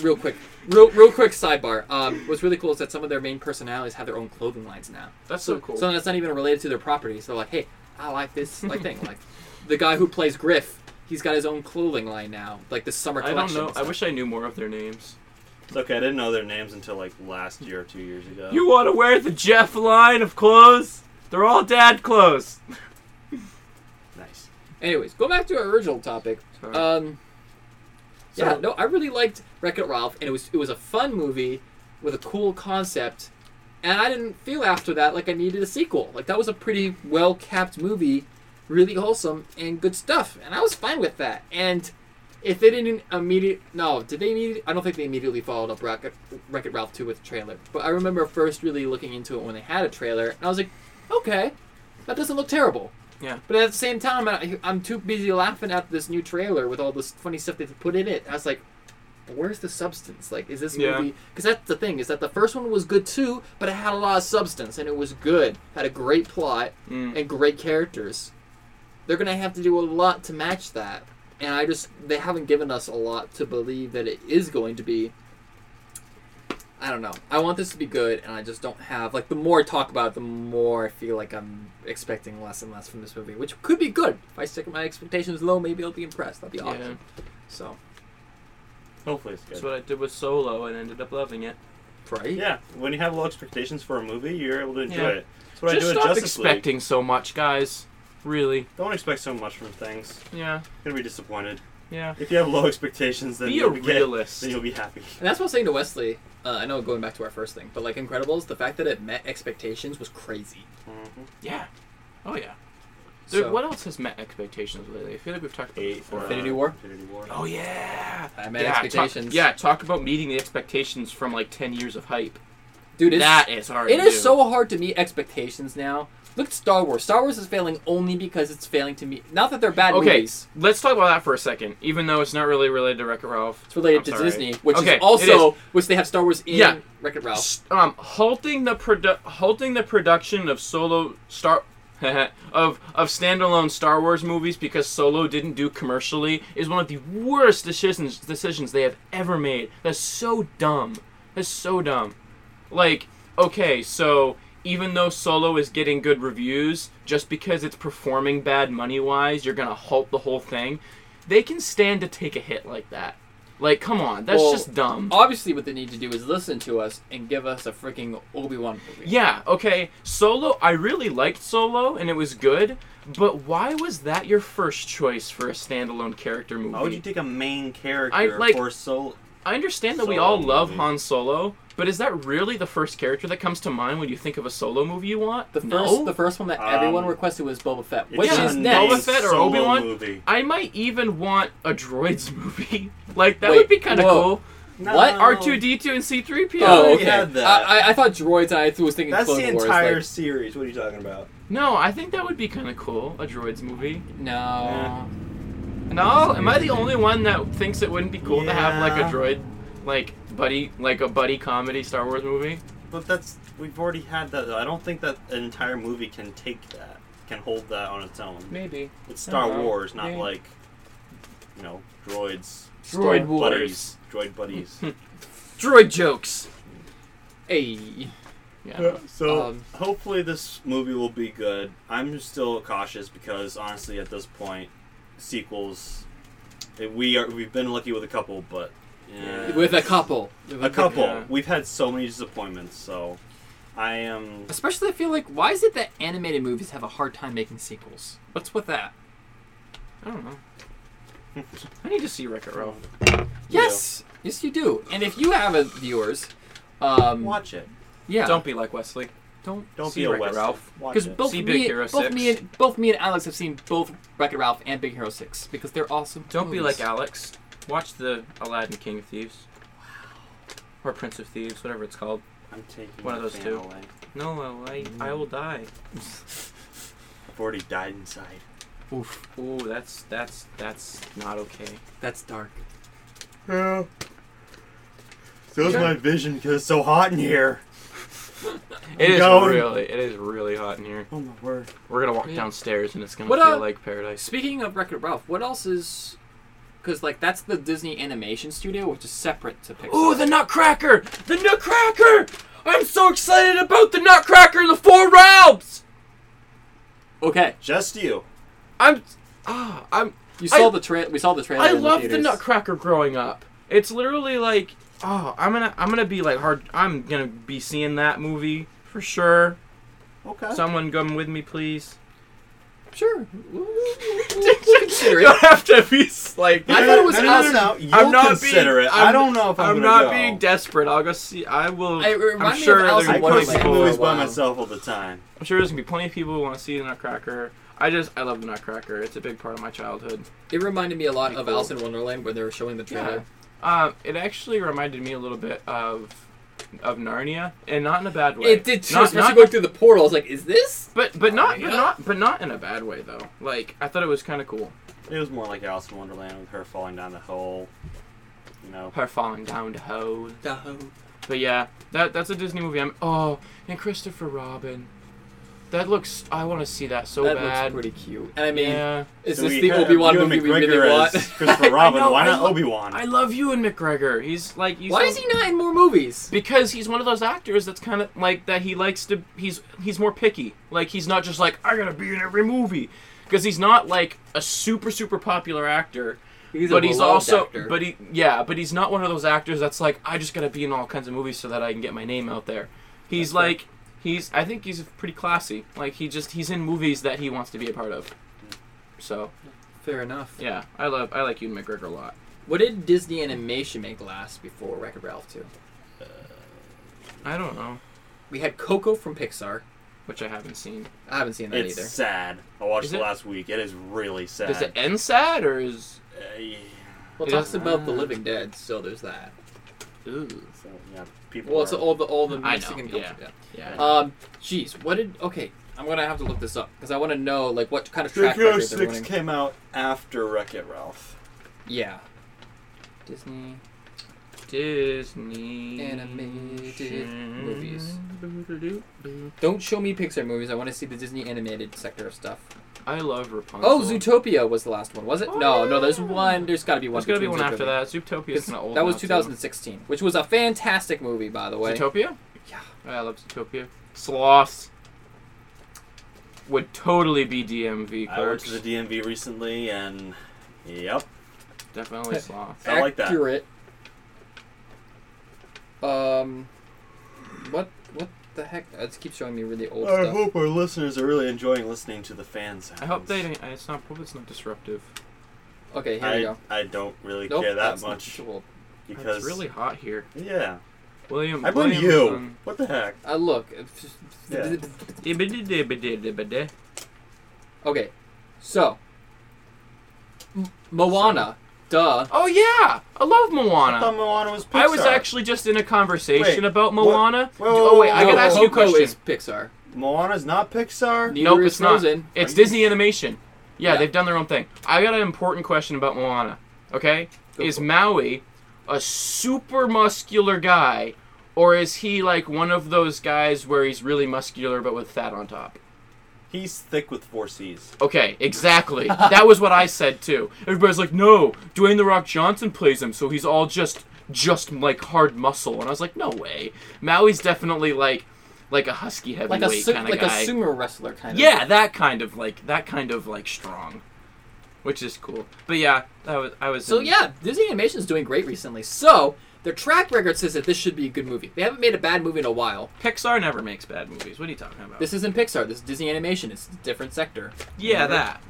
S2: real quick, real real quick sidebar. Um, what's really cool is that some of their main personalities have their own clothing lines now.
S3: That's so cool.
S2: Something that's not even related to their properties. They're like, hey, I like this like thing. Like, the guy who plays Griff, he's got his own clothing line now. Like the summer
S3: I
S2: collection.
S3: don't know.
S2: and
S3: I
S2: stuff.
S3: wish I knew more of their names.
S5: It's okay. I didn't know their names until like last year or two years ago.
S3: You want to wear the Jeff line of clothes? They're all dad clothes.
S5: nice.
S2: Anyways, go back to our original topic.
S3: Sorry.
S2: Um, yeah,
S5: So-
S2: no, I really liked Wreck It Ralph, and it was it was a fun movie with a cool concept, and I didn't feel after that like I needed a sequel. Like that was a pretty well kept movie, really wholesome and good stuff, and I was fine with that. And if they didn't immediate no, did they immediate? I don't think they immediately followed up Wreck It Ralph two with a trailer, but I remember first really looking into it when they had a trailer, and I was like, okay, that doesn't look terrible.
S3: Yeah.
S2: But at the same time, I, I'm too busy laughing at this new trailer with all this funny stuff they've put in it. I was like, where's the substance? Like, is this
S3: Yeah.
S2: movie? Because that's the thing is that the first one was good too, but it had a lot of substance and it was good. Had a great plot
S3: Mm.
S2: and great characters. They're gonna have to do a lot to match that, and I just they haven't given us a lot to believe that it is going to be. I don't know. I want this to be good, and I just don't have like the more I talk about it, the more I feel like I'm expecting less and less from this movie, which could be good if I stick my expectations low. Maybe I'll be impressed. That'd be awesome.
S3: Yeah.
S2: So
S5: Hopefully it's
S3: That's
S5: good.
S3: what I did with Solo and ended up loving it.
S2: right?
S5: Yeah, when you have low expectations for a movie, you're able to enjoy
S3: Yeah.
S5: it. That's what
S3: Just
S5: I do
S3: stop
S5: at Justice League.
S3: expecting so much, guys. Really.
S5: Don't expect so much from things.
S3: Yeah.
S5: You're gonna be disappointed.
S3: Yeah.
S5: If you have low expectations, then
S3: Be a
S5: you'll be get-
S3: realist.
S5: then you'll be happy.
S2: And that's what I was saying to Wesley. Uh, I know going back to our first thing, but like Incredibles, the fact that it met expectations was crazy.
S5: Mhm.
S3: Yeah. Oh yeah. Dude,
S2: So-
S3: what else has met expectations lately? I feel like we've talked about
S5: Eight,
S3: this before.
S5: uh,
S2: Infinity War?
S5: Infinity War.
S3: Oh yeah.
S2: I met
S3: yeah,
S2: expectations.
S3: Talk, yeah, talk about meeting the expectations from like ten years of hype.
S2: dude, it's,
S3: that is hard.
S2: it
S3: to do.
S2: is so hard to meet expectations now. Look at Star Wars. Star Wars is failing only because it's failing to meet. Not that they're bad
S3: Okay,
S2: movies.
S3: let's talk about that for a second. Even though it's not really related to Wreck-It Ralph,
S2: It's related
S3: I'm
S2: to
S3: sorry.
S2: Disney, which
S3: Okay,
S2: is
S3: it
S2: also which they have Star Wars in
S3: Yeah.
S2: Wreck It Ralph.
S3: S- um, halting the produ- halting the production of solo star of of standalone Star Wars movies because Solo didn't do commercially is one of the worst decisions decisions they have ever made. That's so dumb. That's so dumb. Like, okay, so even though Solo is getting good reviews, just because it's performing bad money wise, you're gonna halt the whole thing. They can stand to take a hit like that. Like, come on, that's
S2: Well,
S3: just dumb.
S2: Obviously, what they need to do is listen to us and give us a freaking Obi Wan movie.
S3: Yeah, okay. Solo, I really liked Solo and it was good, but why was that your first choice for a standalone character movie?
S5: Why would you take a main character
S3: I, like-
S5: for solo?
S3: I understand that we
S5: Solo
S3: all love
S5: movie?
S3: Han Solo, but is that really the first character that comes to mind when you think of a Solo movie you want?
S2: The first,
S3: no.
S2: the first one that
S5: Um,
S2: everyone requested was Boba Fett, which
S3: just
S2: is
S3: a
S2: next.
S3: Boba Fett or
S5: solo
S3: Obi-Wan?
S5: movie.
S3: I might even want a droids movie. like that
S2: Wait,
S3: would be kind of
S2: whoa.
S3: cool. Uh,
S2: What?
S4: No.
S3: R2D2 and C3PO.
S2: Oh,
S6: already
S2: okay.
S6: had that.
S2: I, I, I thought droids. I was thinking
S4: That's
S2: Clone
S4: the
S2: Wars,
S4: entire
S2: like-
S4: series. What are you talking about?
S3: No, I think that would be kind of cool. A droids movie.
S2: no.
S3: No, am I the only one that thinks it wouldn't be cool to have like a
S4: Yeah.
S3: droid, like buddy, like a buddy comedy Star Wars movie?
S4: But that's we've already had that. Though. I don't think that an entire movie can take that, can hold that on its own.
S3: Maybe.
S4: It's Star
S3: Hello.
S4: Wars, not
S3: Yeah.
S4: like you know droids,
S3: Droid
S2: Star
S3: wars.
S4: buddies, droid buddies.
S3: Droid jokes.
S2: Hey.
S3: Yeah.
S4: so
S2: Um,
S4: hopefully this movie will be good. I'm still cautious because honestly, at this point, sequels. eh, We are we've been lucky with a couple, but eh,
S2: With a couple. With
S4: a couple.
S3: yeah.
S4: We've had so many disappointments, so I am.
S2: Especially, I feel like, why is it that animated movies have a hard time making sequels? What's with that?
S3: I don't know. I need to see Wreck-It Ralph.
S2: Yes, yes, you do. And if you have a viewers, um,
S4: Watch it.
S2: yeah,
S3: Don't be like Wesley.
S2: don't
S4: Don't
S3: See
S4: be a
S3: Wreck-It
S4: West.
S3: Ralph.
S4: Watch
S2: because
S4: it.
S2: both
S3: See
S2: me,
S3: Big Hero
S2: both me
S3: 6.
S2: and both me and Alex have seen both Wreck-It Ralph and Big Hero Six because they're awesome.
S3: Don't be
S2: movies.
S3: like Alex. Watch the Aladdin King of Thieves. Or Prince of Thieves, whatever it's called.
S4: I'm taking
S3: One of
S4: the
S3: those
S4: fan
S3: two.
S4: Away.
S3: No, I, I will die.
S4: I've already died inside.
S2: Oof,
S3: Oh, that's that's that's not okay.
S2: that's dark.
S4: Yeah. So is my vision because it's so hot in here.
S3: It is
S4: going.
S3: really it is really hot in here.
S4: Oh my word.
S3: We're gonna walk
S2: Yeah.
S3: downstairs and it's gonna
S2: What
S3: feel
S2: up?
S3: like paradise.
S2: Speaking of Wreck-It Ralph, what else is? Because like that's the Disney Animation Studio, which is separate to Pixar.
S3: Ooh, the Nutcracker! The Nutcracker! I'm so excited about the Nutcracker and the Four Realms!
S2: okay,
S4: Just you.
S3: I'm ah, I'm
S2: you
S3: I-
S2: saw the tra- We saw the trailer.
S3: I
S2: in the
S3: love the,
S2: theaters.
S3: Nutcracker growing up. It's literally like, oh, I'm gonna, I'm gonna be like hard. I'm gonna be seeing that movie for sure.
S4: Okay.
S3: Someone come with me, please.
S2: Sure,
S3: Don't have to be s- like.
S2: I thought it was
S4: no, no, no, no,
S2: awesome.
S4: You'll
S3: I'm not
S4: consider
S3: being,
S4: it.
S3: I'm,
S4: I don't know if I'm, gonna
S3: not
S4: go.
S3: being desperate. I'll go see. I will.
S2: It
S3: I'm
S2: reminded me of
S3: sure there's
S2: Alice
S4: I
S2: in
S3: gonna
S2: Wonderland.
S3: be
S4: go see
S3: people.
S4: movies
S2: Wow.
S4: by myself all the time.
S3: I'm sure there's gonna be plenty of people who want to see the Nutcracker. I just, I love the Nutcracker. It's a big part of my childhood.
S2: It reminded me a lot
S3: Pretty
S2: of
S3: cool.
S2: Alice in Wonderland when they were showing the trailer.
S3: Um, it actually reminded me a little bit of of Narnia, and not in a bad way.
S2: It did too,
S3: Not,
S2: especially
S3: not,
S2: going through the portal. I was like, is this?
S3: But but not but
S2: Yeah.
S3: not but not in a bad way though. Like I thought it was kind of cool.
S4: It was more like Alice in Wonderland with her falling down the hole. You know.
S3: Her falling down to hoe. But yeah, that that's a Disney movie. I'm oh, and Christopher Robin. That looks. I want to see that so
S2: that looks
S3: bad.
S2: pretty cute. And I mean,
S3: yeah.
S2: is
S4: So
S2: this
S4: we
S2: the
S4: have
S2: Obi Wan
S4: Ewan
S2: movie we
S4: McGregor
S2: really want?
S4: as Christopher Robin.
S3: know,
S4: Why
S3: I
S4: not
S3: lo-
S4: Obi Wan?
S3: I love you and McGregor. He's like. He's
S2: Why
S3: so-
S2: is he not in more movies?
S3: Because he's one of those actors that's kind of like that. He likes to. He's he's more picky. Like he's not just like I gotta be in every movie. Because he's not like a super super popular actor.
S2: He's
S3: but
S2: a
S3: he's
S2: beloved
S3: also
S2: actor.
S3: but he yeah but he's not one of those actors that's like i just gotta be in all kinds of movies so that i can get my name out there he's like he's i think he's pretty classy like he just he's in movies that he wants to be a part of so
S2: fair enough.
S3: yeah i love i like you mcgregor a lot
S2: What did Disney Animation make last before Wreck It Ralph two?
S3: i don't know
S2: We had Coco from Pixar.
S3: which i haven't seen
S2: I haven't seen that
S4: it's
S2: either.
S4: sad. I watched
S3: Is
S4: it
S3: it?
S4: last week. It is really sad.
S3: does it end sad or is
S4: Uh, yeah.
S2: Well, it
S3: It
S2: talks
S3: doesn't-
S2: about the Living Dead, so there's that.
S3: ooh
S4: So, yeah, people.
S2: Well, it's
S4: are-
S2: all the all the
S3: I know,
S2: Mexican
S3: yeah.
S2: culture. Yeah.
S3: yeah
S2: Um, jeez, what did? Okay, I'm gonna have to look this up because I want to know like what kind of track
S4: Draco
S2: record they're
S4: oh Six
S2: running.
S4: came out after Wreck It Ralph.
S2: yeah,
S3: disney disney
S2: Animated movies. don't show me Pixar movies. I want to see the Disney animated sector of stuff.
S3: i love rapunzel
S2: Oh, Zootopia was the last one, was it? no, no, there's one. There's got to be one.
S3: There's gonna be
S2: between
S3: one after
S2: Zootopia.
S3: that. Zootopia
S2: 'Cause
S3: is kind of old.
S2: That
S3: now,
S2: was
S3: too.
S2: 2016, which was a fantastic movie, by the way.
S3: Zootopia? Oh,
S2: Yeah.
S3: I love Zootopia. Sloths would totally be DMV
S4: I went to
S3: clerks.
S4: the DMV recently, and yep,
S3: Definitely sloths.
S4: I like that.
S2: Accurate. Um, what what the heck? It keeps showing me really old
S4: I
S2: stuff.
S4: hope our listeners are really enjoying listening to the fan sounds.
S3: I hope they. didn't- It's not. Hope it's not disruptive.
S2: Okay, here
S4: I,
S2: we go.
S4: I don't really
S2: Nope,
S4: care that
S2: that's not
S4: much
S2: visual.
S4: because
S3: It's really hot here.
S4: yeah,
S3: William.
S4: I blame
S3: William was um, uh,
S4: you. What the heck?
S2: I Uh, look.
S4: Yeah.
S3: on-
S2: Okay, so M- Moana Duh.
S3: Oh yeah, I love Moana.
S5: I thought Moana was Pixar.
S3: I was actually just in a conversation
S5: Wait,
S3: about
S5: what-
S3: Moana.
S5: Whoa,
S3: oh wait, I
S2: No,
S3: gotta ask you a
S2: Coco
S3: question.
S2: is Pixar.
S5: Moana's not Pixar.
S2: Neither
S3: nope,
S2: is
S3: it's not.
S2: Frozen.
S3: It's
S5: Are you-
S3: Disney Animation. Yeah,
S2: Yeah.
S3: they've done their own thing. I got an important question about Moana. Okay,
S2: Go
S3: is
S2: for it.
S3: Maui a super muscular guy, or is he like one of those guys where he's really muscular but with fat on top?
S5: He's thick with four C's.
S3: Okay, exactly. that was what I said too. Everybody's like, "No, Dwayne the Rock Johnson plays him, so he's all just just like hard muscle." And I was like, "No way." Maui's definitely like like a husky
S2: Like
S3: heavyweight
S2: a su-
S3: kind of
S2: like
S3: guy.
S2: a sumo wrestler kind of.
S3: yeah, that kind of like that kind of like strong, which is cool. But yeah, that was I was.
S2: So
S3: in-
S2: yeah, Disney Animation is doing great recently. So their track record says that this should be a good movie. They haven't made a bad movie in a while.
S3: Pixar never makes bad movies. What are you talking about?
S2: This isn't Pixar. This is Disney Animation. It's a different sector.
S3: yeah, that.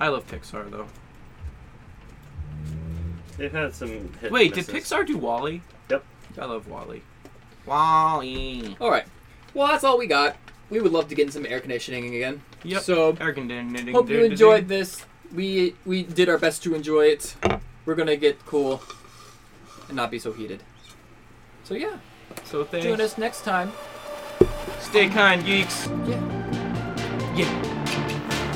S3: I love Pixar though.
S4: They've had some. Hit
S3: Wait, did
S4: misses.
S3: Pixar do Wally?
S4: Yep.
S3: I love Wally. Wally.
S2: All right. Well, that's all we got. We would love to get in some air conditioning again.
S3: Yep.
S2: So
S3: Air conditioning.
S2: hope you enjoyed this. We we did our best to enjoy it. We're gonna get cool and not be so heated. So yeah,
S3: So thanks.
S2: join us next time.
S3: Stay kind, geeks.
S2: Yeah.
S3: Yeah.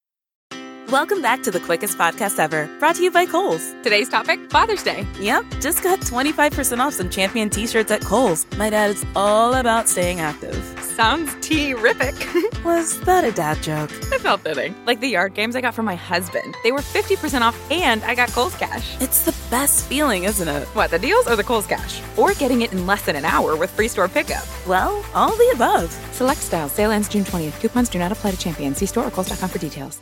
S7: Welcome back to the quickest podcast ever, brought to you by Kohl's.
S8: Today's topic Father's Day.
S7: Yep, just got 25% off some champion t shirts at Kohl's. My dad is all about staying active.
S8: Sounds terrific.
S7: Was that a dad joke?
S8: I felt fitting. Like the yard games I got from my husband. They were 50% off and I got Kohl's Cash.
S7: It's the best feeling, isn't it?
S8: What, the deals or the Kohl's Cash? Or getting it in less than an hour with free store pickup.
S7: Well, all the above.
S8: Select style. Sale ends June 20th. Coupons do not apply to champions. See store or kohls.com for details.